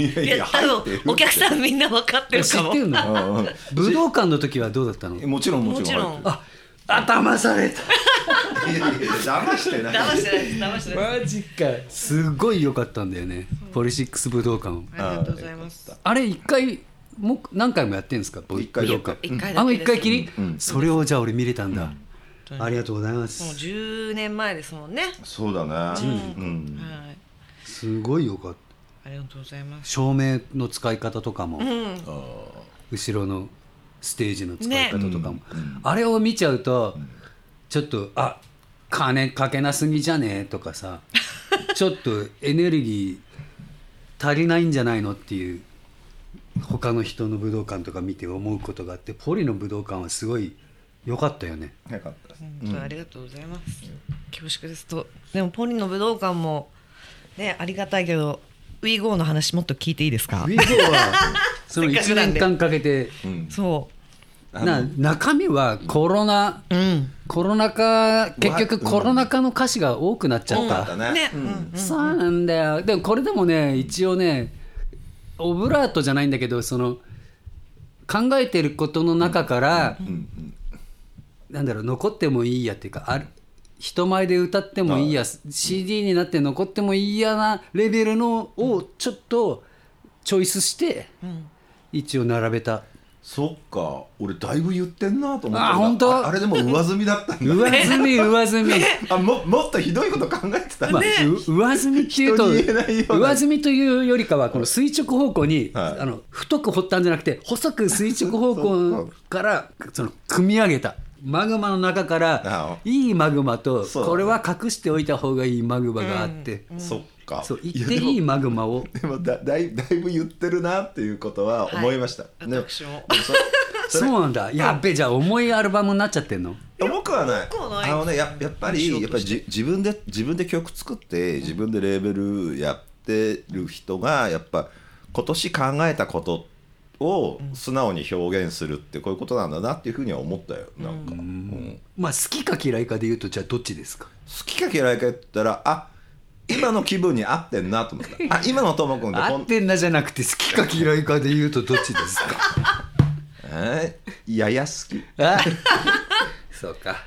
[SPEAKER 1] いや
[SPEAKER 3] いや多分お客さんみんな分かって
[SPEAKER 2] え
[SPEAKER 3] る
[SPEAKER 2] 知
[SPEAKER 3] かも
[SPEAKER 2] ってる
[SPEAKER 1] う
[SPEAKER 2] の
[SPEAKER 1] んうん
[SPEAKER 2] 武道館の時はどうだったの
[SPEAKER 1] えもちろんもち
[SPEAKER 3] もち
[SPEAKER 1] ろん
[SPEAKER 3] ろん
[SPEAKER 2] ああ騙された
[SPEAKER 1] い やいやいや騙してない
[SPEAKER 3] 騙してないです騙してないです
[SPEAKER 2] マジかすごい良かったんだよねポリシックス武道館
[SPEAKER 3] ありがとうございます
[SPEAKER 1] あ
[SPEAKER 2] あれ一回もう何回もやってんですか武
[SPEAKER 1] 一回
[SPEAKER 2] 武道館
[SPEAKER 3] 一回だけです
[SPEAKER 2] あの一回きり、
[SPEAKER 1] うん
[SPEAKER 2] それをじゃあ俺見れたんだ、ありがとうございま
[SPEAKER 3] もう
[SPEAKER 2] す
[SPEAKER 3] 10年前ですもんね、
[SPEAKER 1] そうだね
[SPEAKER 3] うん
[SPEAKER 1] うん
[SPEAKER 3] はい
[SPEAKER 2] すごい良かった
[SPEAKER 3] ありがとうございます
[SPEAKER 2] 照明の使い方とかも、
[SPEAKER 3] うん
[SPEAKER 2] 後ろのステージの使い方とかも、
[SPEAKER 1] ねうん
[SPEAKER 2] あれを見ちゃうと、ちょっとあ金かけなすぎじゃねえとか さちょっとエネルギー足りないんじゃないのっていう他の人の武道館とか見て思うことがあってポリの武道館はすごい良かったよね
[SPEAKER 1] よかったです
[SPEAKER 3] 本当ありがとうございます、恐縮ですとでもポリの武道館もねありがたいけどウィーゴーの話もっと聞いていいですか
[SPEAKER 2] ウィーゴー はその
[SPEAKER 3] せっか
[SPEAKER 2] 1
[SPEAKER 3] くなん
[SPEAKER 2] 年
[SPEAKER 3] で
[SPEAKER 2] 間かけて
[SPEAKER 1] うん
[SPEAKER 3] そ
[SPEAKER 2] な中身はコロナ
[SPEAKER 3] ううん
[SPEAKER 2] コロナ禍結
[SPEAKER 1] う
[SPEAKER 2] 局
[SPEAKER 1] わうん
[SPEAKER 2] コロナ禍の歌詞が多くなっちゃっ
[SPEAKER 1] よか
[SPEAKER 2] た
[SPEAKER 1] った
[SPEAKER 3] ね
[SPEAKER 1] ねう
[SPEAKER 3] うんん
[SPEAKER 2] そうなんだよでもこれでもね一応ねオブラートじゃないんだけどその考えてることの中から、
[SPEAKER 1] うん
[SPEAKER 2] なんだろう残ってもいいやっていうかある人前で歌ってもいいや CD になって残ってもいいやなレベルのをちょっとチョイスして、一応並べた
[SPEAKER 1] そっか俺だいぶ言ってんなと思って
[SPEAKER 2] あ本当
[SPEAKER 1] ああれでも上積みだったんだ
[SPEAKER 2] 上積み上積み、
[SPEAKER 1] あももっとひどいこと考えてたん
[SPEAKER 2] ま
[SPEAKER 1] だ
[SPEAKER 2] あ、う上積みっていうと
[SPEAKER 1] 人に言えないような
[SPEAKER 2] 上積みというよりかはこの垂直方向に、
[SPEAKER 1] はい
[SPEAKER 2] あの太く掘ったんじゃなくて細く垂直方向からその組み上げたマグマの中から
[SPEAKER 1] あ
[SPEAKER 2] いいマグマと
[SPEAKER 1] そうだね
[SPEAKER 2] これは隠しておいた方がいいマグマがあって、
[SPEAKER 1] そっか
[SPEAKER 2] そう
[SPEAKER 1] い
[SPEAKER 2] 言
[SPEAKER 1] や
[SPEAKER 2] っていい
[SPEAKER 1] でも
[SPEAKER 2] マグマを
[SPEAKER 1] でもだだいだいぶ言ってるなっていうことは思いました、
[SPEAKER 3] はい
[SPEAKER 1] で
[SPEAKER 3] 私も
[SPEAKER 1] でそ
[SPEAKER 2] そうなんだやっべじゃあ重いアルバムになっちゃってんの
[SPEAKER 1] 重くはない
[SPEAKER 3] 重くはない
[SPEAKER 1] あのねややっぱ
[SPEAKER 3] 仕
[SPEAKER 1] り
[SPEAKER 3] 事
[SPEAKER 1] やっぱりじ自分で自分で曲作って自分でレーベルやってる人がやっぱ今年考えたことを素直に表現するってこういうことなんだなっていうふうには思ったよなんか、うん
[SPEAKER 2] まあ好きか嫌いかで言うとじゃあどっちですか
[SPEAKER 1] 好きか嫌いか言ったらあ今の気分に合ってんなと思ったあ今のともくんって
[SPEAKER 2] 合
[SPEAKER 1] こ
[SPEAKER 2] っ
[SPEAKER 1] ん
[SPEAKER 2] てんなじゃなくて好きか嫌いかで言うとどっちですか
[SPEAKER 1] えー、やや好き
[SPEAKER 2] あ そうか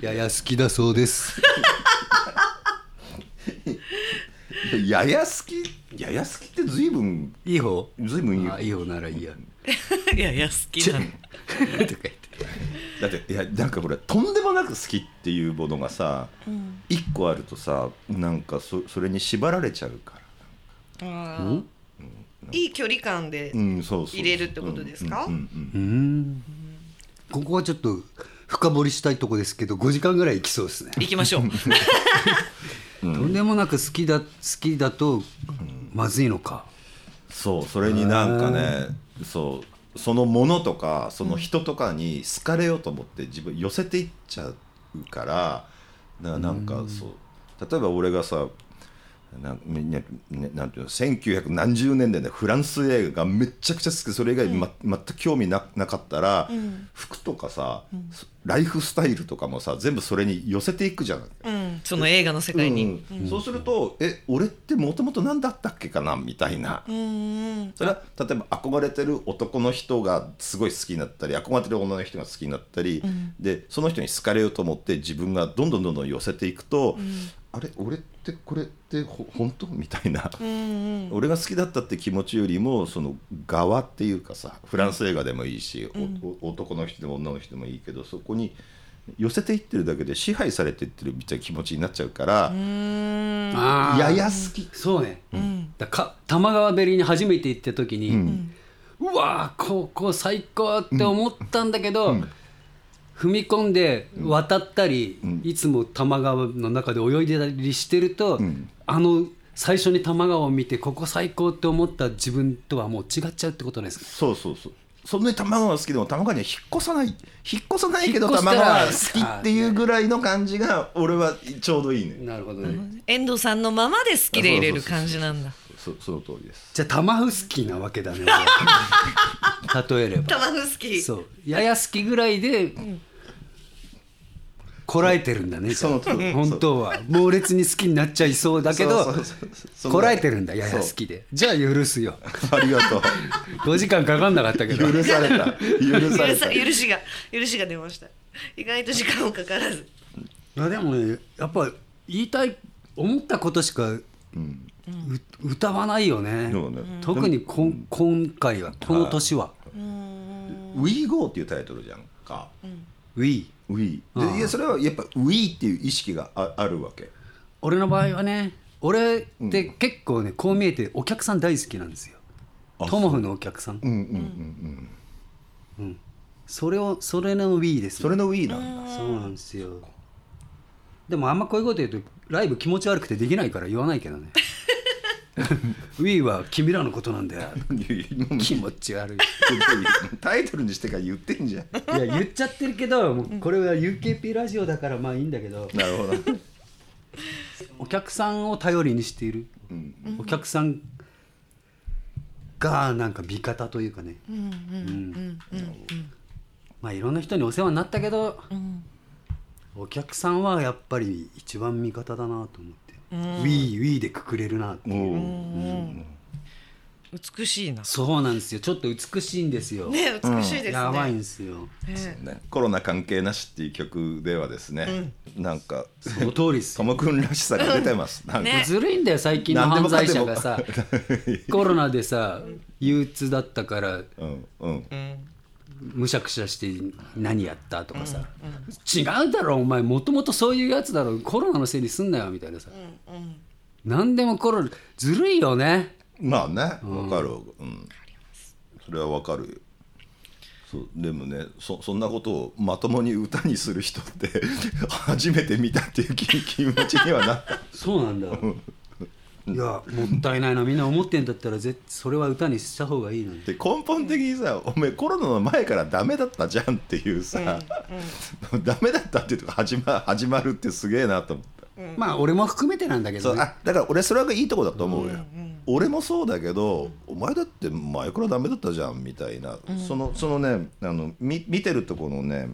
[SPEAKER 2] やや好きだそうです
[SPEAKER 1] やや好きやや好きって随分
[SPEAKER 2] いい方
[SPEAKER 1] 随分いいよ
[SPEAKER 2] あいい方ならいいや
[SPEAKER 3] いやいや好き なの
[SPEAKER 2] とか言って
[SPEAKER 1] だっていやなんかこれとんでもなく好きっていうものがさ、一個あるとさなんかそそれに縛られちゃうから
[SPEAKER 3] あーいい距離感で、
[SPEAKER 1] うんそうそう
[SPEAKER 3] 入れるってことですか
[SPEAKER 1] うんうん
[SPEAKER 2] うーんここはちょっと深掘りしたいとこですけど5時間ぐらいいきそうですね、
[SPEAKER 3] 行きましょう
[SPEAKER 2] とんでもなく好きだ好きだとまずいのか
[SPEAKER 1] そうそれになんかねそうそのものとかその人とかに好かれようと思って自分寄せていっちゃうからだからなんかそう例えば俺がさなんねねなんていうの1900何十年代でフランス映画がめっちゃくちゃ好きでそれ以外に、ま全く興味ななかったら、服とかさ、ライフスタイルとかもさ全部それに寄せていくじゃない、
[SPEAKER 3] うんその映画の世界に
[SPEAKER 1] うんそうすると「え俺ってもともと何だったっけかな?」みたいな、
[SPEAKER 3] うんうん
[SPEAKER 1] それは例えば憧れてる男の人がすごい好きになったり憧れてる女の人が好きになったり、でその人に好かれようと思って自分がどんどんどんどん寄せていくと、あれ俺ってこれってほ本当みたいな、俺が好きだったって気持ちよりもその側っていうかさフランス映画でもいいし、おお男の人でも女の人でもいいけどそこに寄せていってるだけで支配されていってるみたいな気持ちになっちゃうから、
[SPEAKER 2] あー
[SPEAKER 1] やや好き。
[SPEAKER 2] そうね、だか玉川べりに初めて行った時に、うわーここ最高って思ったんだけど、踏み込んで渡ったり、いつも玉川の中で泳いでたりしてると、あの最初に玉川を見てここ最高って思った自分とはもう違っちゃうってことですね
[SPEAKER 1] そうそうそう。そんなに卵が好きでも卵には引っ越さない引っ越さないけど
[SPEAKER 2] 引っ越した
[SPEAKER 1] 卵
[SPEAKER 2] ら
[SPEAKER 1] が好きっていうぐらいの感じが俺はちょうどいいのよ。
[SPEAKER 2] なるほどね、
[SPEAKER 3] 遠藤さんのままで好きでいれる感じなんだ
[SPEAKER 1] そその通りです
[SPEAKER 2] じゃあタマフスキーなわけだ ね例えれば
[SPEAKER 3] タマフスキー
[SPEAKER 2] そうやや好きぐらいでこらえてるんだねじゃあ
[SPEAKER 1] そうそう
[SPEAKER 2] 本当は猛烈に好きになっちゃいそうだけ
[SPEAKER 1] そ
[SPEAKER 2] ど
[SPEAKER 1] うそうそうそう
[SPEAKER 2] こらえてるんだやや好きでじゃあ許すよ
[SPEAKER 1] ありがとう
[SPEAKER 2] 5時間かかんなかったけど
[SPEAKER 1] 許され た許さ
[SPEAKER 3] 許
[SPEAKER 1] れ
[SPEAKER 3] さ
[SPEAKER 1] た
[SPEAKER 3] 許しが許しが出ました意外と時間もかからず
[SPEAKER 2] いやでもねやっぱ言いたい思ったことしかう、歌わないよね
[SPEAKER 1] そうね
[SPEAKER 2] 特にこん今回はこの年は
[SPEAKER 1] 「WeGo」っていうタイトルじゃんか
[SPEAKER 2] 「We」
[SPEAKER 1] 「We」でいやそれはやっぱ「We」っていう意識がああるわけ
[SPEAKER 2] 俺の場合はね俺って結構ねこう見えてお客さん大好きなんですよトモフのお客さんうんうんうんうんそれをそれの Wii です
[SPEAKER 1] それの「We」なんだ
[SPEAKER 2] そうなんですよでもあんまこういうこと言うとライブ気持ち悪くてできないから言わないけど ね Wii は君らのことなんだよ
[SPEAKER 1] いやいやもう
[SPEAKER 2] 気持ち悪い
[SPEAKER 1] タイトルにしてから言ってんじゃん
[SPEAKER 2] いや言っちゃってるけどもうこれは UKP ラジオだからまあいいんだけど
[SPEAKER 1] なるほど
[SPEAKER 2] お客さんを頼りにしている、お客さんがなんか味方というかねまあいろんな人にお世話になったけど、お客さんはやっぱり一番味方だなと思って「ウィーウィー」でくくれるなって
[SPEAKER 1] お
[SPEAKER 3] 美しいな
[SPEAKER 2] そうなんですよちょっと美しいんですよ、
[SPEAKER 3] ね美しいですね、
[SPEAKER 2] やばいんですよ
[SPEAKER 1] ーねコロナ関係なしっていう曲ではですね、なんか
[SPEAKER 2] その通りです
[SPEAKER 1] ト
[SPEAKER 2] よ
[SPEAKER 1] モくんらしさが出てます、なんか
[SPEAKER 3] ね
[SPEAKER 2] ずるいんだよ最近の
[SPEAKER 1] 何でも
[SPEAKER 2] 犯
[SPEAKER 1] かん
[SPEAKER 2] 罪
[SPEAKER 1] で
[SPEAKER 2] 者
[SPEAKER 1] も
[SPEAKER 2] がさコロナでさ憂鬱だったから
[SPEAKER 1] うんうん
[SPEAKER 2] むしゃくしゃして何やったとかさ、違うだろお前もともとそういうやつだろコロナのせいにすんなよみたいなさ、何でもコロナずるいよね
[SPEAKER 1] まあねわかるうんそれはわかるよそうでもねそそんなことをまともに歌にする人って 初めて見たっていう気気持ちにはなった
[SPEAKER 2] そうなんだ いやもったいないなみんな思ってんだったらぜそれは歌にした方がいいのに
[SPEAKER 1] で根本的にさ「おめえコロナの前からダメだったじゃん」っていうさ、 ダメだったっていうとこ始ま始まるってすげえなと思った。
[SPEAKER 2] まあ俺も含めてなんだけ
[SPEAKER 1] そ
[SPEAKER 2] ど、
[SPEAKER 1] う
[SPEAKER 2] ね、
[SPEAKER 1] あだから俺それがいいとこだと思うよ、俺もそうだけど、お前だって前からダメだったじゃんみたいな、そのそのねあのみ見てるとこのね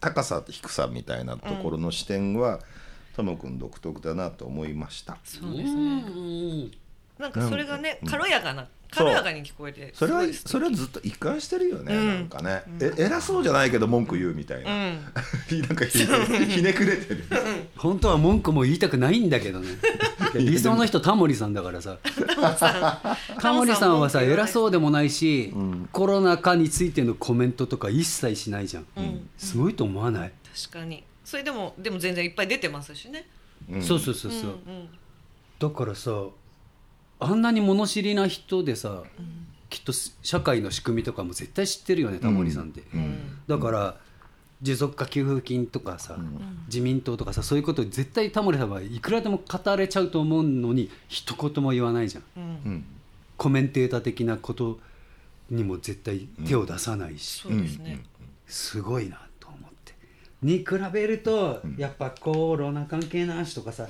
[SPEAKER 1] 高さ低さみたいなところの視点は、ともくん独特だなと思いました
[SPEAKER 3] そうですね
[SPEAKER 2] うん
[SPEAKER 3] なんかそれがね軽やかな
[SPEAKER 1] そう
[SPEAKER 3] 軽やかに聞こえて
[SPEAKER 1] それは
[SPEAKER 3] すごいです
[SPEAKER 1] それはずっと一貫してるよね、なんかね、え偉そうじゃないけど文句言うみたいな、 なんかひねひねくれ てる
[SPEAKER 2] 本当は文句も言いたくないんだけど ねいや理想の人タモリさんだからさタモリさんはさ偉
[SPEAKER 3] う
[SPEAKER 2] そうでもないし、コロナ禍についてのコメントとか一切しないじゃん、すごいと思わない、
[SPEAKER 3] 確かにそれでもでも全然いっぱい出てますしね
[SPEAKER 2] そうそうそうそう、
[SPEAKER 3] ん
[SPEAKER 2] だからさあんなに物知りな人でさ、きっとす社会の仕組みとかも絶対知ってるよねタモリさんって、だから持続化給付金とかさ、自民党とかさそういうこと絶対タモリさんはいくらでも語れちゃうと思うのに一言も言わないじゃん、
[SPEAKER 1] ん
[SPEAKER 2] コメンテーター的なことにも絶対手を出さないし、
[SPEAKER 3] そうですね、
[SPEAKER 2] すごいなと思ってに比べると、やっぱコロナ関係なしとかさ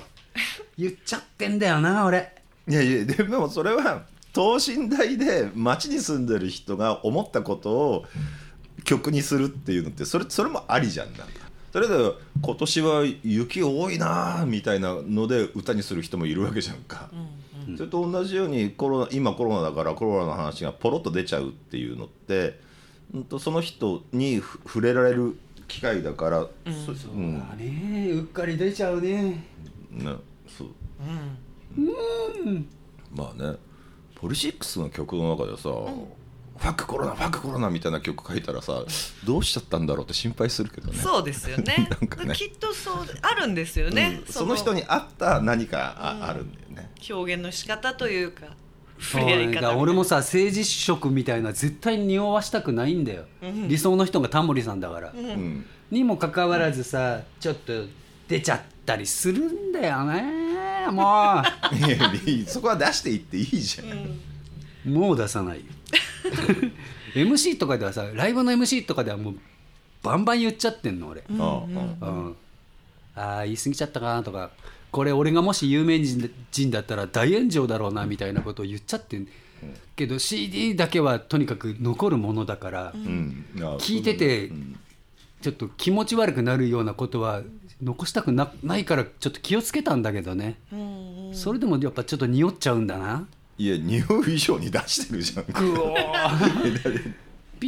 [SPEAKER 2] 言っちゃってんだよな俺
[SPEAKER 1] いやいやでもそれは等身大で町に住んでる人が思ったことを曲にするっていうのってそれそれもありじゃんなんかそれで今年は雪多いなあみたいなので歌にする人もいるわけじゃんか、それと同じようにコロナ今コロナだからコロナの話がポロッと出ちゃうっていうのってうんとその人にふ触れられる機会だから、そうん
[SPEAKER 2] まあねうっかり出ちゃうね
[SPEAKER 1] ねそうまあねポリシックスの曲の中でさ、ファックコロナファックコロナみたいな曲書いたらさどうしちゃったんだろうって心配するけどね
[SPEAKER 3] そうですよね
[SPEAKER 1] なんかね
[SPEAKER 3] きっとそうあるんですよね、
[SPEAKER 1] うんその人に合った何かあ,、るんだよね
[SPEAKER 3] 表現の仕方というか触
[SPEAKER 2] そう
[SPEAKER 3] れ合
[SPEAKER 2] ないん
[SPEAKER 3] 方
[SPEAKER 2] か俺もさ政治色みたいな絶対に匂わしたくないんだよ、理想の人がタモリさんだから、
[SPEAKER 1] うん
[SPEAKER 2] にもかかわらずさちょっと出ちゃったりするんだよねも
[SPEAKER 1] いやいやそこは出していっていいじゃん、
[SPEAKER 2] うもう出さないよ MC とかではさライブの MC とかではもうバンバン言っちゃってんの俺
[SPEAKER 1] ああ
[SPEAKER 2] うん、ああ言い過ぎちゃったかなとかこれ俺がもし有名人人だったら大炎上だろうなみたいなことを言っちゃってんけど CD だけはとにかく残るものだから
[SPEAKER 1] うんあ
[SPEAKER 2] 聞いてて
[SPEAKER 1] うん
[SPEAKER 2] ちょっと気持ち悪くなるようなことは残したくなないからちょっと気をつけたんだけどね
[SPEAKER 3] うんうん
[SPEAKER 2] それでもやっぱちょっと匂っちゃうんだない
[SPEAKER 1] や匂う以上に出してるじゃん
[SPEAKER 2] ぐおーピ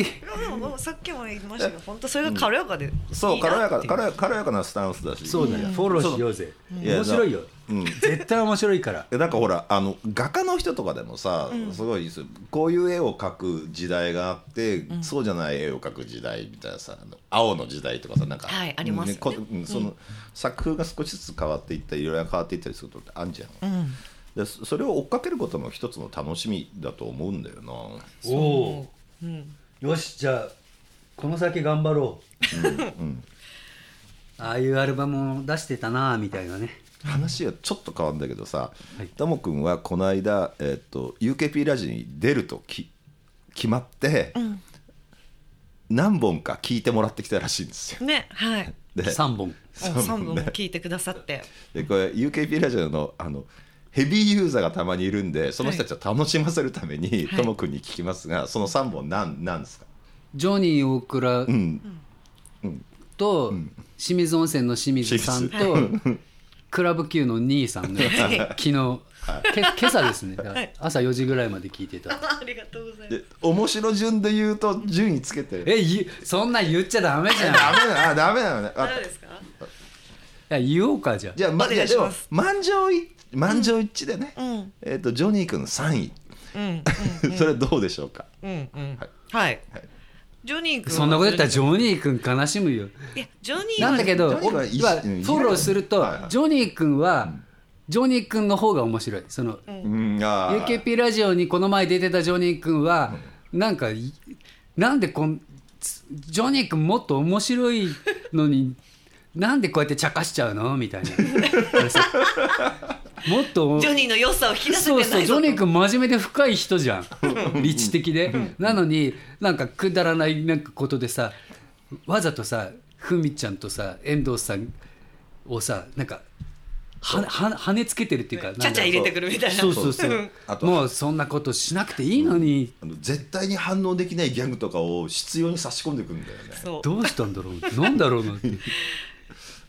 [SPEAKER 2] ー
[SPEAKER 3] でもでもさっきも言いましたけど本当それが軽やかでいいなってい
[SPEAKER 1] そう軽やか軽や軽やかなスタンスだし
[SPEAKER 2] そうだよ
[SPEAKER 1] いいや
[SPEAKER 2] フォローしようぜ
[SPEAKER 1] いや
[SPEAKER 2] 面白いよ
[SPEAKER 1] うん
[SPEAKER 2] 絶対面白いから
[SPEAKER 1] えなんかほらあの画家の人とかでもさ、すごいですよこういう絵を描く時代があって、そうじゃない絵を描く時代みたいなさあの青の時代とかさなんか、
[SPEAKER 3] はいありますね
[SPEAKER 1] こうんその、作風が少しずつ変わっていったり色々変わっていったりすることってあるじゃん、
[SPEAKER 3] うん
[SPEAKER 1] でそそれを追っかけることも一つの楽しみだと思うんだよな
[SPEAKER 2] おお
[SPEAKER 3] うん
[SPEAKER 2] ーよしじゃあこの先頑張ろう ああいうアルバムを出してたなみたいなね
[SPEAKER 1] 話はちょっと変わるんだけどさ
[SPEAKER 2] はい
[SPEAKER 1] とも、くんはこの間、えっと UKP ラジオに出るとき決まって、何本か聞いてもらってきたらしいんですよ。
[SPEAKER 3] ねはい
[SPEAKER 1] で
[SPEAKER 2] 3本
[SPEAKER 1] 三本ね
[SPEAKER 3] 三本も聞いてくださって
[SPEAKER 1] でこれ UKP ラジオのあのヘビーユーザーがたまにいるんでその人たちを楽しませるために
[SPEAKER 3] はい
[SPEAKER 1] ともくんに聞きますが、その3本なんなんですか、
[SPEAKER 2] ジョニー大倉
[SPEAKER 1] うん、
[SPEAKER 2] と清水温泉の清水さんとクラブ Q の兄さん のやつ
[SPEAKER 3] はい
[SPEAKER 2] 昨日け今朝ですねだから
[SPEAKER 3] はい
[SPEAKER 2] 朝4時ぐらいまで聞いてた
[SPEAKER 3] あありがとうございま
[SPEAKER 1] で面白順で言うと順位つけてる。
[SPEAKER 2] えいそんなん言っちゃダメじゃ んい
[SPEAKER 1] ダメだあダメなのね。あ
[SPEAKER 3] す誰ですか
[SPEAKER 2] や言おうかじゃあ
[SPEAKER 1] じゃあ、ま、
[SPEAKER 3] お
[SPEAKER 1] い
[SPEAKER 3] 願
[SPEAKER 1] や
[SPEAKER 3] い
[SPEAKER 1] で
[SPEAKER 3] し
[SPEAKER 1] も
[SPEAKER 3] ます
[SPEAKER 1] 満場一満場一致でね、
[SPEAKER 3] うん
[SPEAKER 1] えっ、とジョニー君3位、
[SPEAKER 3] うん
[SPEAKER 1] それどうでしょうか。
[SPEAKER 3] うんうん
[SPEAKER 1] はい
[SPEAKER 3] はい
[SPEAKER 1] はい
[SPEAKER 3] ジョニー君は
[SPEAKER 2] そんなこと言ったらジョニー君悲しむよ
[SPEAKER 3] いやジョニーは
[SPEAKER 2] なんだけ
[SPEAKER 1] ジ
[SPEAKER 2] ど
[SPEAKER 1] ョニーはいい
[SPEAKER 2] 今
[SPEAKER 1] うんいい
[SPEAKER 2] フォローすると
[SPEAKER 1] はいはい
[SPEAKER 2] ジョニー君はジョニー君の方が面白いその
[SPEAKER 1] うん、あー
[SPEAKER 2] UKP ラジオにこの前出てたジョニー君はなんかいなんでこんつジョニー君もっと面白いのになんでこうやって茶化しちゃうのみたいなあれさもっと
[SPEAKER 3] ジョニーの良さを引き出せて
[SPEAKER 2] そ
[SPEAKER 3] な
[SPEAKER 2] う
[SPEAKER 3] いぞ
[SPEAKER 2] そうジョニー君真面目で深い人じゃん理知的でなのになんかくだらないなんかことでさわざとさふみちゃんとさ遠藤さんをさなんかはは跳ねつけてるっていうかなん
[SPEAKER 3] ち
[SPEAKER 2] だろ
[SPEAKER 3] ゃ
[SPEAKER 2] う
[SPEAKER 3] ちゃ入れてくるみたいな
[SPEAKER 2] そうそうそ
[SPEAKER 1] うん
[SPEAKER 2] う
[SPEAKER 1] あ。と
[SPEAKER 2] もうそんなことしなくていいのに、
[SPEAKER 1] あの絶対に反応できないギャグとかを執拗に差し込んでくるんだよね。
[SPEAKER 3] そう
[SPEAKER 2] どうしたんだろう、なんだろうなって。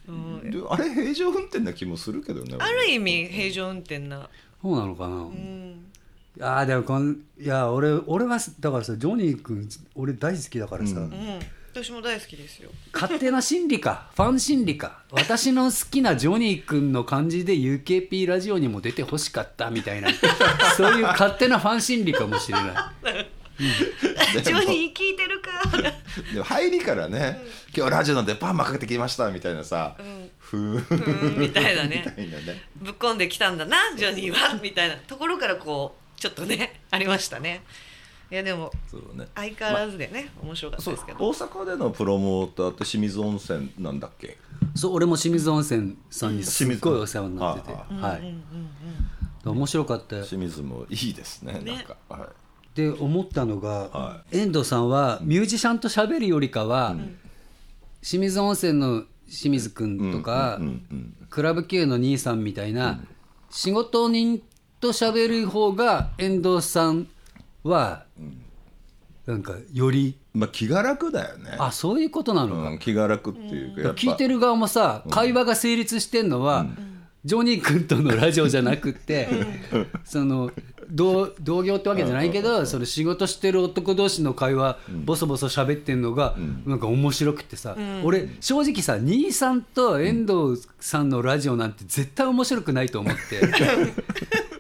[SPEAKER 3] うん
[SPEAKER 1] であれ平常運転な気もするけどね。
[SPEAKER 3] ある意味平常運転な
[SPEAKER 2] そうなのかな
[SPEAKER 3] う。ん
[SPEAKER 2] ああ、でも、こん、いや、俺、俺は、だからさ、ジョニー君、俺大好きだからさ。
[SPEAKER 1] うん
[SPEAKER 3] うん私も大好きですよ
[SPEAKER 2] 勝手な心理か、ファン心理か、私の好きなジョニー君の感じで、U. K. P. ラジオにも出てほしかったみたいな。そういう勝手なファン心理かもしれない。
[SPEAKER 1] でも
[SPEAKER 3] ジョニー聞いてるか
[SPEAKER 1] でも入りからね、今日ラジオなんでパーマかけてきましたみたいなさ、
[SPEAKER 3] ん
[SPEAKER 1] ふー
[SPEAKER 3] うんみたいなね
[SPEAKER 1] みたいなね。
[SPEAKER 3] ぶっこんできたんだなジョニーはみたいなところからこうちょっとねありましたねいやでも
[SPEAKER 1] そうね。
[SPEAKER 3] 相変わらずでね、面白かった
[SPEAKER 1] そう
[SPEAKER 3] で
[SPEAKER 1] ですす
[SPEAKER 3] け
[SPEAKER 1] け
[SPEAKER 3] ど
[SPEAKER 1] 大阪でのプロモーターって清水温泉なんだっけ。
[SPEAKER 2] そう、俺も清水温泉さんにすっごいお世話になってて。
[SPEAKER 1] 清
[SPEAKER 3] うん
[SPEAKER 2] は
[SPEAKER 3] うんう
[SPEAKER 2] い。
[SPEAKER 3] ん
[SPEAKER 2] 面白かったよ。
[SPEAKER 1] 清水もいいですね。
[SPEAKER 3] ね
[SPEAKER 1] なんか、は
[SPEAKER 2] で思ったのが、
[SPEAKER 1] は
[SPEAKER 2] 遠藤さんはミュージシャンと喋るよりかは、清水温泉の清水君
[SPEAKER 1] い。
[SPEAKER 2] とか、
[SPEAKER 1] うんうん
[SPEAKER 2] クラブ Q の兄さんみたいな、仕事人と喋る方が遠藤さんは、なんかより
[SPEAKER 1] うんまあ気が楽だよね。
[SPEAKER 2] あそういうことなのか、
[SPEAKER 1] うん、気が楽っていうかやっぱ
[SPEAKER 2] 聞いてる側もさ、会話が成立してんのは、ジョニー君とのラジオじゃなくって、その同同業ってわけじゃないけど、その仕事してる男同士の会話、ボソボソ喋ってんのが、なんか面白くてさ、俺正直さ兄さんと遠藤さんのラジオなんて絶対面白くないと思って、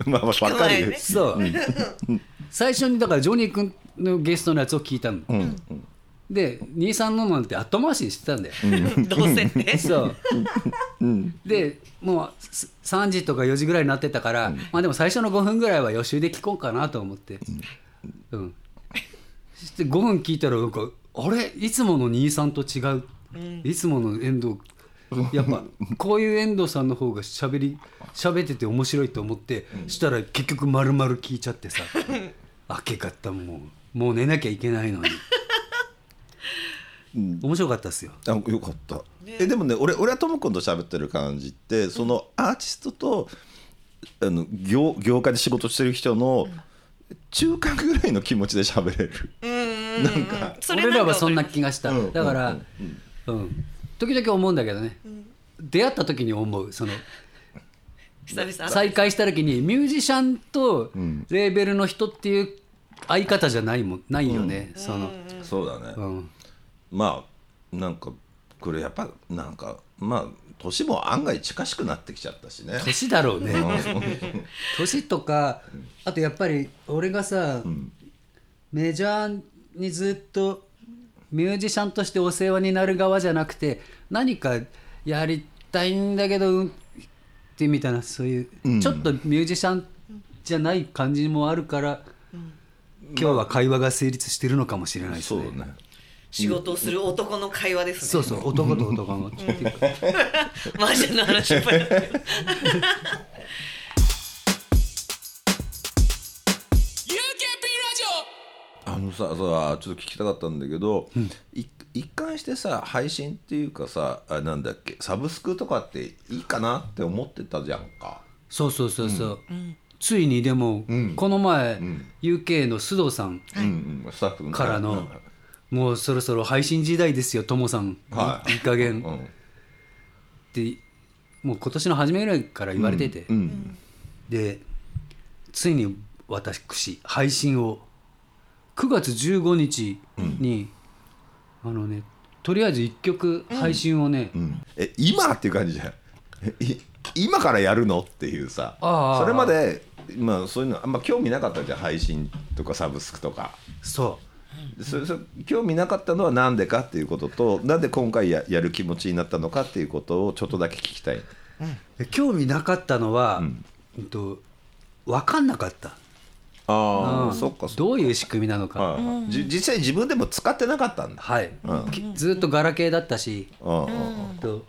[SPEAKER 1] まあまあばっかり
[SPEAKER 3] 前ね
[SPEAKER 1] です。
[SPEAKER 2] そう、最初にだからジョニー君のゲストのやつを聞いたの、
[SPEAKER 1] うん
[SPEAKER 2] で兄さんのなんて後回しにしてたんだよ。
[SPEAKER 3] うん どうせ ね
[SPEAKER 2] そう、でもうす3時とか4時ぐらいになってたから、まあでも最初の5分ぐらいは予習で聞こうかなと思って、うんそして5分聞いたらなんかあれいつもの兄さんと違う、いつもの遠藤やっぱこういう遠藤さんの方がしゃべり喋ってて面白いと思って、したら結局丸々聞いちゃってさ明け方もうもう寝なきゃいけないのに
[SPEAKER 1] うん
[SPEAKER 2] 面白かったですよ
[SPEAKER 1] あよかった、えでもね俺俺はともくんと喋ってる感じってそのアーティストとあの業業界で仕事してる人の中間ぐらいの気持ちで喋れる、
[SPEAKER 3] うんうんうん
[SPEAKER 1] なんか
[SPEAKER 3] それ
[SPEAKER 2] 俺
[SPEAKER 3] からわか
[SPEAKER 2] は
[SPEAKER 3] る
[SPEAKER 2] そんな気がした、
[SPEAKER 1] うん
[SPEAKER 2] だから、
[SPEAKER 1] うん
[SPEAKER 2] うん時々思うんだけどね、出会った時に思うその
[SPEAKER 3] 久々
[SPEAKER 2] 再会した時にミュージシャンと
[SPEAKER 1] ん
[SPEAKER 2] レーベルの人っていう相方じゃないもんないよね、その、
[SPEAKER 1] そうだね、
[SPEAKER 2] うん、
[SPEAKER 1] まあなんかこれやっぱなんかまあ年も案外近しくなってきちゃったしね
[SPEAKER 2] 年だろうね年とかあとやっぱり俺がさ、メジャーにずっとミュージシャンとしてお世話になる側じゃなくて何かやりたいんだけどうんってみたいなそういう、ちょっとミュージシャンじゃない感じもあるから、今日は会話が成立してるのかもしれないです
[SPEAKER 1] そう
[SPEAKER 2] ね。
[SPEAKER 1] だね
[SPEAKER 3] 仕事をする男の会話ですね
[SPEAKER 2] そうそう男と男のっていうか
[SPEAKER 3] マージャンの話いっぱいになってる
[SPEAKER 1] あのささちょっと聞きたかったんだけど、い一貫してさ配信っていうかさあなんだっけサブスクとかっていいかなって思ってたじゃんか
[SPEAKER 2] そうそうそうそう、ついにでも、この前、UK の須藤さん
[SPEAKER 1] うんうんスタッフの
[SPEAKER 2] からの、もうそろそろ配信時代ですよともさん、
[SPEAKER 1] はい
[SPEAKER 2] い、い加減
[SPEAKER 1] う
[SPEAKER 2] っ
[SPEAKER 1] ん
[SPEAKER 2] てもう今年の初めぐらいから言われてて、
[SPEAKER 1] うん、
[SPEAKER 2] でついに私配信を9月15日に、あのねとりあえず1曲配信をね、
[SPEAKER 1] え今っていう感じじゃんえい今からやるのっていうさ
[SPEAKER 2] ああ
[SPEAKER 1] それまでまあそういうのあんま興味なかったじゃん配信とかサブスクとか
[SPEAKER 2] そう
[SPEAKER 1] でそれそれ興味なかったのはなんでかっていうこととなんで今回ややる気持ちになったのかっていうことをちょっとだけ聞きたい
[SPEAKER 2] 興味なかったのは、うんと、分かんなかった
[SPEAKER 1] ああそっかそっ
[SPEAKER 2] どういう仕組みなの
[SPEAKER 1] か、は
[SPEAKER 2] か、
[SPEAKER 1] いはいじ実際自分でも使ってなかったんだ
[SPEAKER 2] はい
[SPEAKER 1] うん
[SPEAKER 2] きずっとガラケーだったし、
[SPEAKER 1] うんうん
[SPEAKER 2] と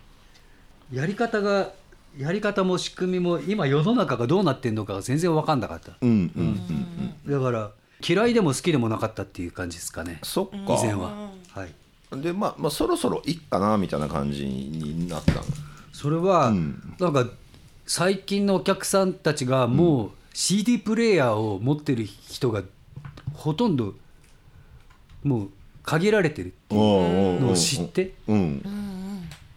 [SPEAKER 2] やり方がやり方も仕組みも今世の中がどうなってんのかが全然分かんなかった
[SPEAKER 1] うんうんうん
[SPEAKER 2] だから嫌いでも好きでもなかったっていう感じですかね
[SPEAKER 1] そっか
[SPEAKER 2] 以前は、はい、
[SPEAKER 1] でまあまあそろそろいっかなみたいな感じになったの
[SPEAKER 2] それは、
[SPEAKER 1] ん
[SPEAKER 2] なんか最近のお客さんたちがもう CD プレーヤーを持ってる人がほとんどもう限られてるのを知って
[SPEAKER 1] うん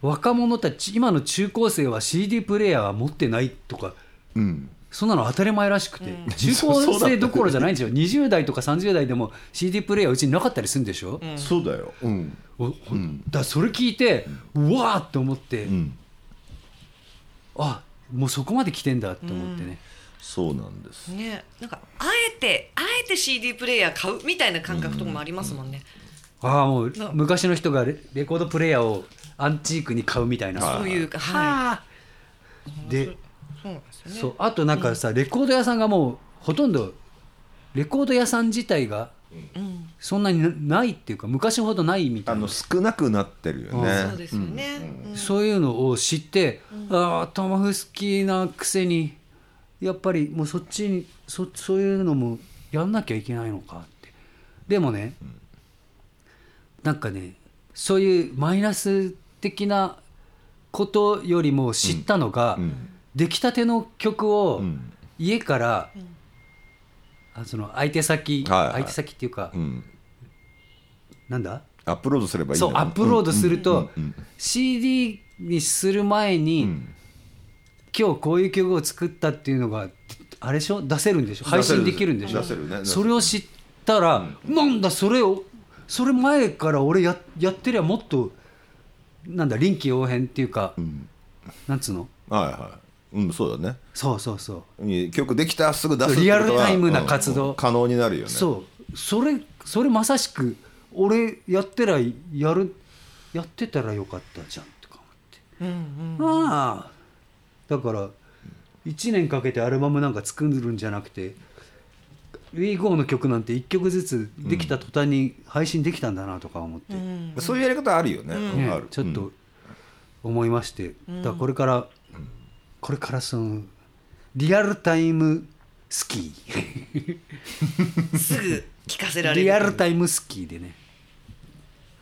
[SPEAKER 2] 若者たち今の中高生は CD プレーヤーは持ってないとか
[SPEAKER 1] うん
[SPEAKER 2] そんなの当たり前らしくて、中
[SPEAKER 1] そ
[SPEAKER 2] 高
[SPEAKER 1] うだった
[SPEAKER 2] 生どころじゃないんで すよ20代とか30代でも CD プレイヤーうちになかったりするんでしょ、
[SPEAKER 1] そうだようん
[SPEAKER 2] おほだからそれ聞いて、うわーって思って、
[SPEAKER 1] うん
[SPEAKER 2] あもうそこまで来てんだって思ってね、
[SPEAKER 1] そうなんです
[SPEAKER 3] ねなんかあえてあえて CD プレイヤー買うみたいな感覚とかもありますもんね、
[SPEAKER 2] ああもう
[SPEAKER 3] な
[SPEAKER 2] 昔の人がレレコードプレイヤーをアンチークに買うみたいな、
[SPEAKER 1] はい
[SPEAKER 3] そういうかは
[SPEAKER 2] はあで
[SPEAKER 3] いそうなんですよね
[SPEAKER 2] そうあとなんかさレコード屋さんがもうほとんどレコード屋さん自体が
[SPEAKER 3] うん
[SPEAKER 2] そんなになないっていうか昔ほどないみた
[SPEAKER 1] あ
[SPEAKER 2] いな
[SPEAKER 1] の少なくなってるよね
[SPEAKER 3] そうですよね、うん
[SPEAKER 2] そういうのを知って、ああトマフスキーなくせにやっぱりもうそっちにそそういうのもやんなきゃいけないのかってでもね、なんかねそういうマイナス的なことよりも知ったのが、出来たての曲を
[SPEAKER 1] ん
[SPEAKER 2] 家から、あその相手先、
[SPEAKER 1] はいはい
[SPEAKER 2] 相手先っていうか、
[SPEAKER 1] うん
[SPEAKER 2] なんだ
[SPEAKER 1] アップロードすればいいんだ
[SPEAKER 2] そうアップロードすると
[SPEAKER 1] うんうん
[SPEAKER 2] CD にする前に、
[SPEAKER 1] ん
[SPEAKER 2] 今日こういう曲を作ったっていうのがあれでしょ出せるんでしょ
[SPEAKER 1] せる
[SPEAKER 2] 配信できるんでしょ
[SPEAKER 1] 出せるね出せる
[SPEAKER 2] それを知ったら、なんだそれをそれ前から俺ややってりゃもっとなんだ臨機応変っていうか、なんつうの
[SPEAKER 1] はいはいうんそうだね
[SPEAKER 2] そうそうそ
[SPEAKER 1] う
[SPEAKER 2] う
[SPEAKER 1] ん曲できたすぐ出すってことは
[SPEAKER 2] リアルタイムな活動
[SPEAKER 1] うんうん可能になるよね
[SPEAKER 2] そうそれそれまさしく俺やってらやるやってたらよかったじゃんとか思って、ああだから1年かけてアルバムなんか作るんじゃなくて WeGo の曲なんて1曲ずつできた途端に配信できたんだなとか思って、
[SPEAKER 1] そういうやり方あるよねう
[SPEAKER 2] ね
[SPEAKER 1] んある
[SPEAKER 2] ちょっと思いまして、だからこれからこれからそのリアルタイムスキー。
[SPEAKER 3] すぐ聞かせられる
[SPEAKER 2] リアルタイムスキーでね。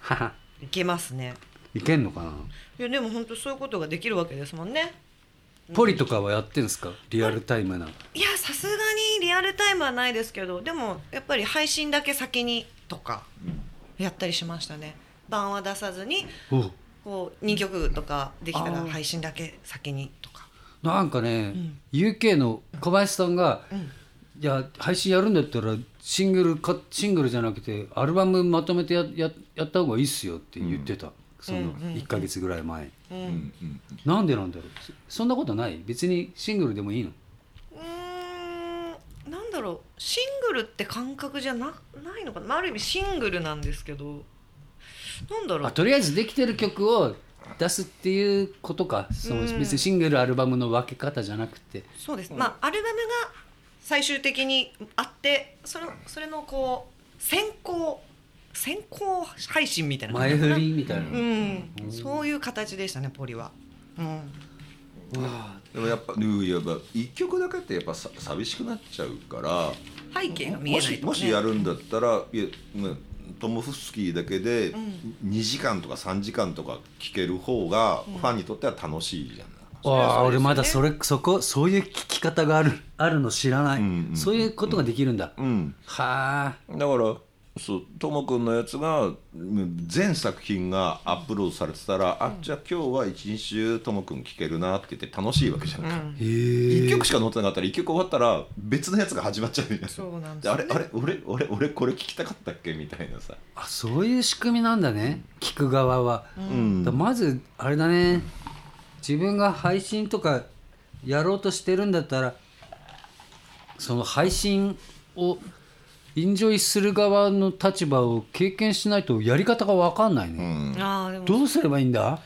[SPEAKER 2] はは
[SPEAKER 3] いけますね
[SPEAKER 2] いけんのかない
[SPEAKER 3] やでも本当そういうことができるわけですもんね
[SPEAKER 2] ポリとかはやってんですかリアルタイムない
[SPEAKER 3] やさすがにリアルタイムはないですけどでもやっぱり配信だけ先にとかやったりしましたね版は出さずに
[SPEAKER 2] おう
[SPEAKER 3] こう2曲とかできたら
[SPEAKER 2] あー
[SPEAKER 3] 配信だけ先にとか
[SPEAKER 2] なんかね、
[SPEAKER 3] うん
[SPEAKER 2] UK の小林さんが、
[SPEAKER 3] ん
[SPEAKER 2] いや配信やるんだったらシングルかシングルじゃなくてアルバムまとめてやややった方がいいっすよって言ってた、その1か月ぐらい前、
[SPEAKER 1] うんうん
[SPEAKER 2] なんでなんだろうそそんなことない別にシングルでもいいの
[SPEAKER 3] うーんなんだろうシングルって感覚じゃなないのかな、まあ、ある意味シングルなんですけどなんだろ
[SPEAKER 2] あ
[SPEAKER 3] う
[SPEAKER 2] とりあえずできてる曲を出すっていうことかその別にシングルアルバムの分け方じゃなくて
[SPEAKER 3] そうです、まあアルバムが最終的にあってそれそれのこう先行先行配信みたいな
[SPEAKER 2] 前振りみたいな、
[SPEAKER 3] うん、そういう形でしたねポリは、うん、
[SPEAKER 2] わあ
[SPEAKER 1] でもやっぱうんいやまあ一曲だけってやっぱさ寂しくなっちゃうから
[SPEAKER 3] 背景が見え
[SPEAKER 1] も
[SPEAKER 3] ないとか、
[SPEAKER 1] し
[SPEAKER 3] ね、
[SPEAKER 1] もしやるんだったらいや、まあ、トム・フスキーだけで2時間とか3時間とか聴ける方がファンにとっては楽しいじゃない。
[SPEAKER 2] あ俺まだそれそこそういう聞き方があるあるの知らない、
[SPEAKER 1] うんうんうん
[SPEAKER 2] そういうことができるんだ、
[SPEAKER 1] うん
[SPEAKER 2] はあ
[SPEAKER 1] だからそうともくんのやつがうん全作品がアップロードされてたら、あじゃあ今日は一日中ともくん聴けるなって言って楽しいわけじゃない、
[SPEAKER 3] う
[SPEAKER 2] へ
[SPEAKER 3] ん
[SPEAKER 1] 一
[SPEAKER 2] え
[SPEAKER 1] 曲しか載ってなかったら一曲終わったら別のやつが始まっちゃうみたいな
[SPEAKER 3] そうなんです
[SPEAKER 1] で
[SPEAKER 3] よ
[SPEAKER 1] あ
[SPEAKER 3] ね
[SPEAKER 1] れあれ俺俺俺これ聞きたかったっけみたいなさ
[SPEAKER 2] あそういう仕組みなんだね聞く側は、
[SPEAKER 1] ん
[SPEAKER 2] だまずあれだね自分が配信とかやろうとしてるんだったらその配信をエンジョイする側の立場を経験しないとやり方が分かんないね、
[SPEAKER 3] ああでも
[SPEAKER 2] どうすればいいんだ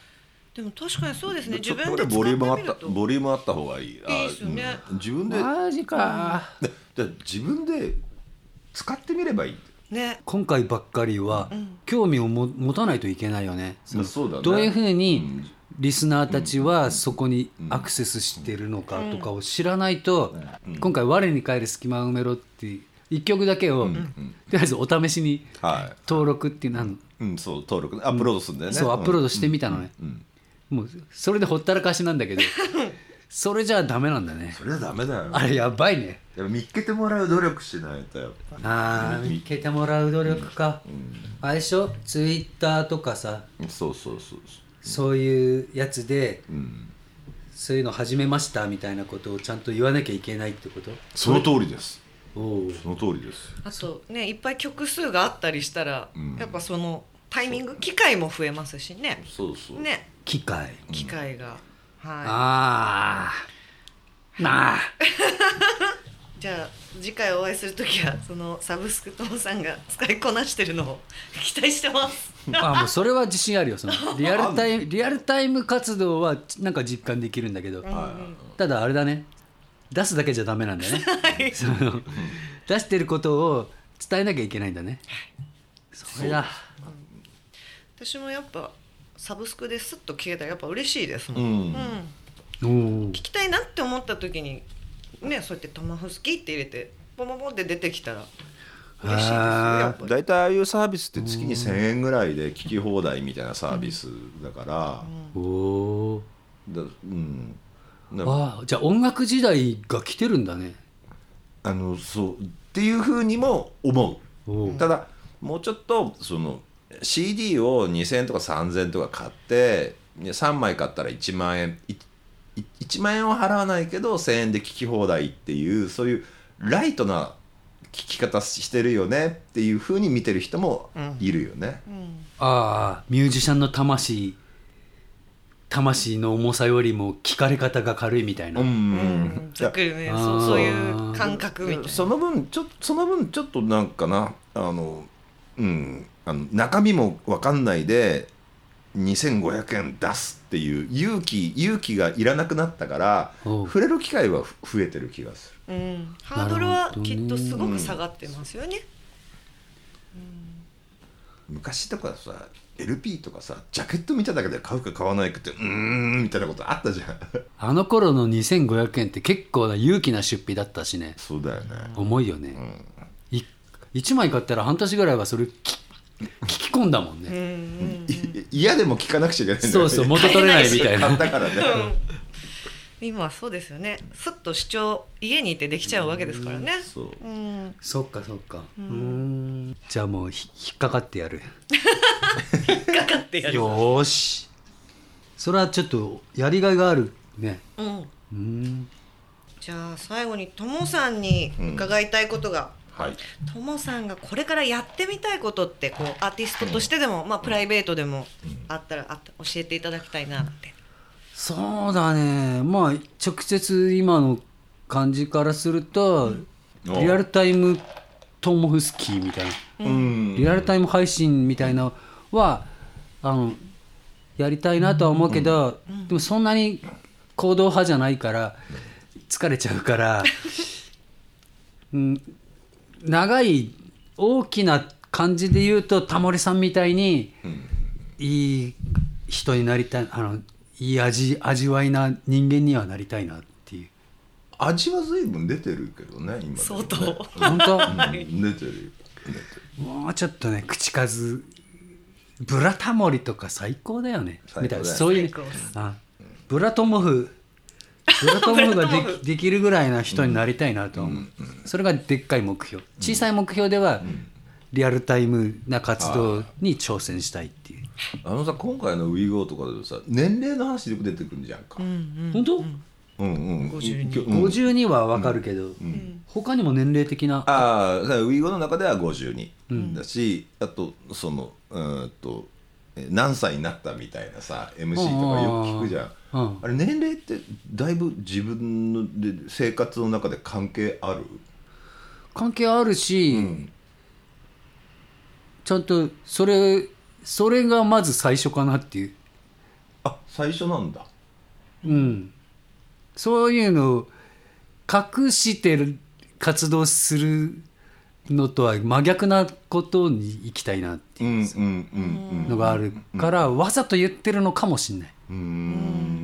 [SPEAKER 3] でも確かにそうですね
[SPEAKER 1] ち
[SPEAKER 3] 自
[SPEAKER 1] ょっとこ
[SPEAKER 3] 分で
[SPEAKER 1] れ
[SPEAKER 3] 使
[SPEAKER 1] ボ
[SPEAKER 3] っ
[SPEAKER 1] リュ
[SPEAKER 3] て
[SPEAKER 1] ームあ
[SPEAKER 3] み
[SPEAKER 1] っ
[SPEAKER 3] る
[SPEAKER 1] た
[SPEAKER 3] と
[SPEAKER 1] ボリュームあった方がいいあ
[SPEAKER 3] いいですよね
[SPEAKER 1] うん自分で
[SPEAKER 2] マジか、
[SPEAKER 1] で自分で使ってみればいい
[SPEAKER 3] ね
[SPEAKER 2] 今回ばっかりは興味をも持たないといけないよね。
[SPEAKER 1] まあそうだね
[SPEAKER 2] どういうふうにリスナーたちはそこにアクセスしてるのかとかを知らないと、今回「我に返る隙間を埋めろ」って1曲だけをとりあえずお試しに
[SPEAKER 1] は
[SPEAKER 2] 登録っていうなん
[SPEAKER 1] い、うん、そう登録ねアップロードするんだよね、
[SPEAKER 2] そうアップロ
[SPEAKER 1] ド
[SPEAKER 2] ードしてみたのね。もうそれでほったらかしなんだけどそれじゃダメなんだね。
[SPEAKER 1] それはダメだよ
[SPEAKER 2] あれやばいね。
[SPEAKER 1] やっぱ見っけてもらう努力しないとやっぱ
[SPEAKER 2] あー見つけてもらう努力か。相性ツイッターとかさ
[SPEAKER 1] そうそうそうそ
[SPEAKER 2] そういうやつで、
[SPEAKER 1] う、うん、
[SPEAKER 2] そういうの始めましたみたいなことをちゃんと言わなきゃいけないってこと
[SPEAKER 1] その通りです
[SPEAKER 2] おう
[SPEAKER 1] その通りです
[SPEAKER 3] あとねいっぱい曲数があったりしたら、
[SPEAKER 1] ん
[SPEAKER 3] やっぱそのタイミング機会も増えますしね
[SPEAKER 1] そうそう、
[SPEAKER 3] ね
[SPEAKER 2] 機械、
[SPEAKER 3] 機会が、は
[SPEAKER 2] ああなあ
[SPEAKER 3] いじゃあ次回お会いするときはそのサブスクともさんが使いこなしてるのを期待して ます
[SPEAKER 2] あもうそれは自信あるよ そのリアルタイムリアルタイム活動はなんか実感できるんだけど、ただあれだね出すだけじゃダメなんだよね、 その出してることを伝えなきゃいけないんだねそれだ
[SPEAKER 3] 私もやっぱサブスクですっと消えたらやっぱ嬉しいですも、
[SPEAKER 1] うんん
[SPEAKER 3] う
[SPEAKER 2] お
[SPEAKER 3] ん
[SPEAKER 2] お
[SPEAKER 3] 聞きたいなって思ったときにねそうやって「トマフスキー」って入れてポンポンポンって出てきたら嬉しいですよやっぱり
[SPEAKER 1] 大体ああいうサービスって月に1,000円ぐらいで聞き放題みたいなサービスだから、
[SPEAKER 2] おお
[SPEAKER 1] だうんだ
[SPEAKER 2] ああじゃあ音楽時代が来てるんだね
[SPEAKER 1] あのそうっていうふうにも思
[SPEAKER 2] お
[SPEAKER 1] うただもうちょっとその CD を2,000円とか3,000円とか買ってね3枚買ったら1万円いい1万円は払わないけど1,000円で聞き放題っていうそういうライトな聞き方してるよねっていうふうに見てる人もいるよね。
[SPEAKER 2] ああミュージシャンの魂魂の重さよりも聞かれ方が軽いみたいな、
[SPEAKER 3] うんざっくりね
[SPEAKER 2] あー
[SPEAKER 3] そうそういう感覚みたいな
[SPEAKER 1] その分ちょっとその分ちょっとなんかなあのうんあの中身も分かんないで2500円出すっていう勇気勇気がいらなくなったから
[SPEAKER 2] おう
[SPEAKER 1] 触れる機会はふ増えてる気がする
[SPEAKER 3] うん、ハードルはきっとすごく下がってますよね。
[SPEAKER 1] 昔とかさ LP とかさジャケット見ただけで買うか買わないかってうーんみたいなことあったじゃん
[SPEAKER 2] あの頃の2500円って結構な勇気な出費だったしね
[SPEAKER 1] そうだよね
[SPEAKER 2] 重いよね、い1枚買ったら半年ぐらいはそれき聞き込んだもん
[SPEAKER 3] う
[SPEAKER 2] ね、
[SPEAKER 3] ん
[SPEAKER 1] い嫌でも聞かなくちゃいけないんだ
[SPEAKER 2] そうそう元取れないみたい
[SPEAKER 1] 買っ
[SPEAKER 2] な
[SPEAKER 1] たからね
[SPEAKER 3] 今はそうですよねすっと主張家にいてできちゃうわけですからね
[SPEAKER 1] そう
[SPEAKER 3] うん
[SPEAKER 2] そっかそっかうーんじゃあもうひ引っかかってやる
[SPEAKER 3] 引っかかってやる
[SPEAKER 2] よーしそれはちょっとやりがいがあるね
[SPEAKER 3] うん
[SPEAKER 2] うーん
[SPEAKER 3] じゃあ最後にともさんに伺いたいことが、
[SPEAKER 1] はい
[SPEAKER 3] ともさんがこれからやってみたいことってこうアーティストとしてでも、まあプライベートでもあったらあった教えていただきたいなって。
[SPEAKER 2] そうだねまあ直接今の感じからすると、
[SPEAKER 1] お
[SPEAKER 2] リアルタイムトモフスキーみたいな、
[SPEAKER 1] うん
[SPEAKER 2] リアルタイム配信みたいなのはあのやりたいなとは思うけど、でもそんなに行動派じゃないから疲れちゃうから、うん、長い大きな感じで言うとタモリさんみたいにいい人になりたいあのいい味味わいな人間にはなりたいなっていう
[SPEAKER 1] 味は随分出てるけどね今でもね
[SPEAKER 3] 相当
[SPEAKER 2] 本当
[SPEAKER 1] うん出てるよ
[SPEAKER 2] もうちょっとね口数ブラタモリとか最高だよね
[SPEAKER 1] 最高だよ
[SPEAKER 2] みたいなそういう
[SPEAKER 3] 最高です
[SPEAKER 2] あブラトモフブラトモフがで
[SPEAKER 3] ブラトモ
[SPEAKER 2] き できるぐらいな人になりたいなと思う、それがでっかい目標小さい目標では、リアルタイムな活動に挑戦したいっていう、
[SPEAKER 1] あのさ今回の「WeGo」とかでさ年齢の話でも出てくるじゃんか
[SPEAKER 2] 本当、
[SPEAKER 1] うんうん
[SPEAKER 3] 52
[SPEAKER 1] うん
[SPEAKER 2] ?52 は分かるけど、他にも年齢的な
[SPEAKER 1] ああ、だからウィーゴの中では52だし、あとそのうーんとえ何歳になったみたいなさ MC とかよく聞くじゃん。
[SPEAKER 2] う
[SPEAKER 1] あ
[SPEAKER 2] ん
[SPEAKER 1] れ年齢ってだいぶ自分ので生活の中で関係ある？
[SPEAKER 2] 関係あるし、
[SPEAKER 1] ん
[SPEAKER 2] ちゃんとそれそれがまず最初かなっていう、
[SPEAKER 1] あ、最初なんだ。
[SPEAKER 2] うん、そういうのを隠してる活動するのとは真逆なことに行きたいなって
[SPEAKER 1] う
[SPEAKER 2] い
[SPEAKER 1] んうんうん
[SPEAKER 2] うのがあるから、わざと言ってるのかもしんない
[SPEAKER 1] うん。うーん。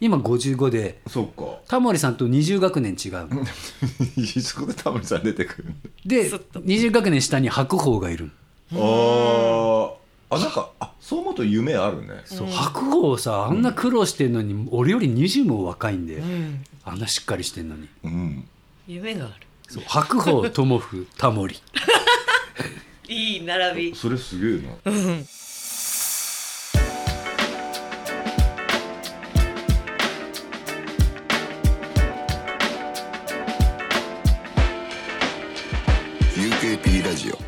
[SPEAKER 2] 今55で
[SPEAKER 1] そっ か。
[SPEAKER 2] タモリさんと20学年違う
[SPEAKER 1] そこでタモリさん出てくる。
[SPEAKER 2] で
[SPEAKER 3] そっと
[SPEAKER 2] 20学年下に白鵬がいる
[SPEAKER 1] ああ、あなんかあそう思うと夢あるね。
[SPEAKER 2] そう白鵬さあんな苦労してるのに、俺より20も若いんで、
[SPEAKER 3] うん
[SPEAKER 2] あんなしっかりしてんのに
[SPEAKER 1] うん。
[SPEAKER 3] 夢がある。
[SPEAKER 2] そう白鵬友夫タモリ
[SPEAKER 3] いい並び。
[SPEAKER 1] それすげえな。UKP ラジオ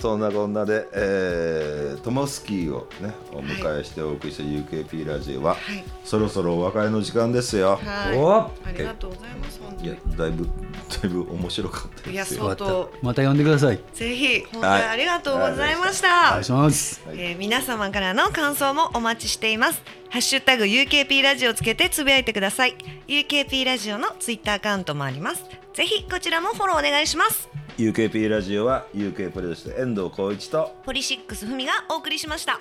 [SPEAKER 1] そんなこんなで、えー、トモスキーをねお迎えしてお送りした UKP ラジオは、
[SPEAKER 3] い
[SPEAKER 1] そろそろお別れの時間ですよ、
[SPEAKER 3] はい。
[SPEAKER 2] お
[SPEAKER 3] ありがとうございます本当
[SPEAKER 1] い、や
[SPEAKER 3] に。
[SPEAKER 1] だいぶだいぶ面白かった
[SPEAKER 3] いや
[SPEAKER 1] です
[SPEAKER 2] 終
[SPEAKER 1] よ
[SPEAKER 2] わっ
[SPEAKER 3] 相当
[SPEAKER 2] たまた呼んでください
[SPEAKER 3] ぜひ本当にありがとうございました。
[SPEAKER 2] お願いします
[SPEAKER 1] はい
[SPEAKER 3] えー皆様からの感想もお待ちしています。ハッシュタグ UKP ラジオをつけてつぶやいてください。UKP ラジオのツイッターアカウントもあります。ぜひこちらもフォローお願いします。
[SPEAKER 1] UKP ラジオは UK プロデュース遠藤浩一と
[SPEAKER 3] ポリシックスふみがお送りしました。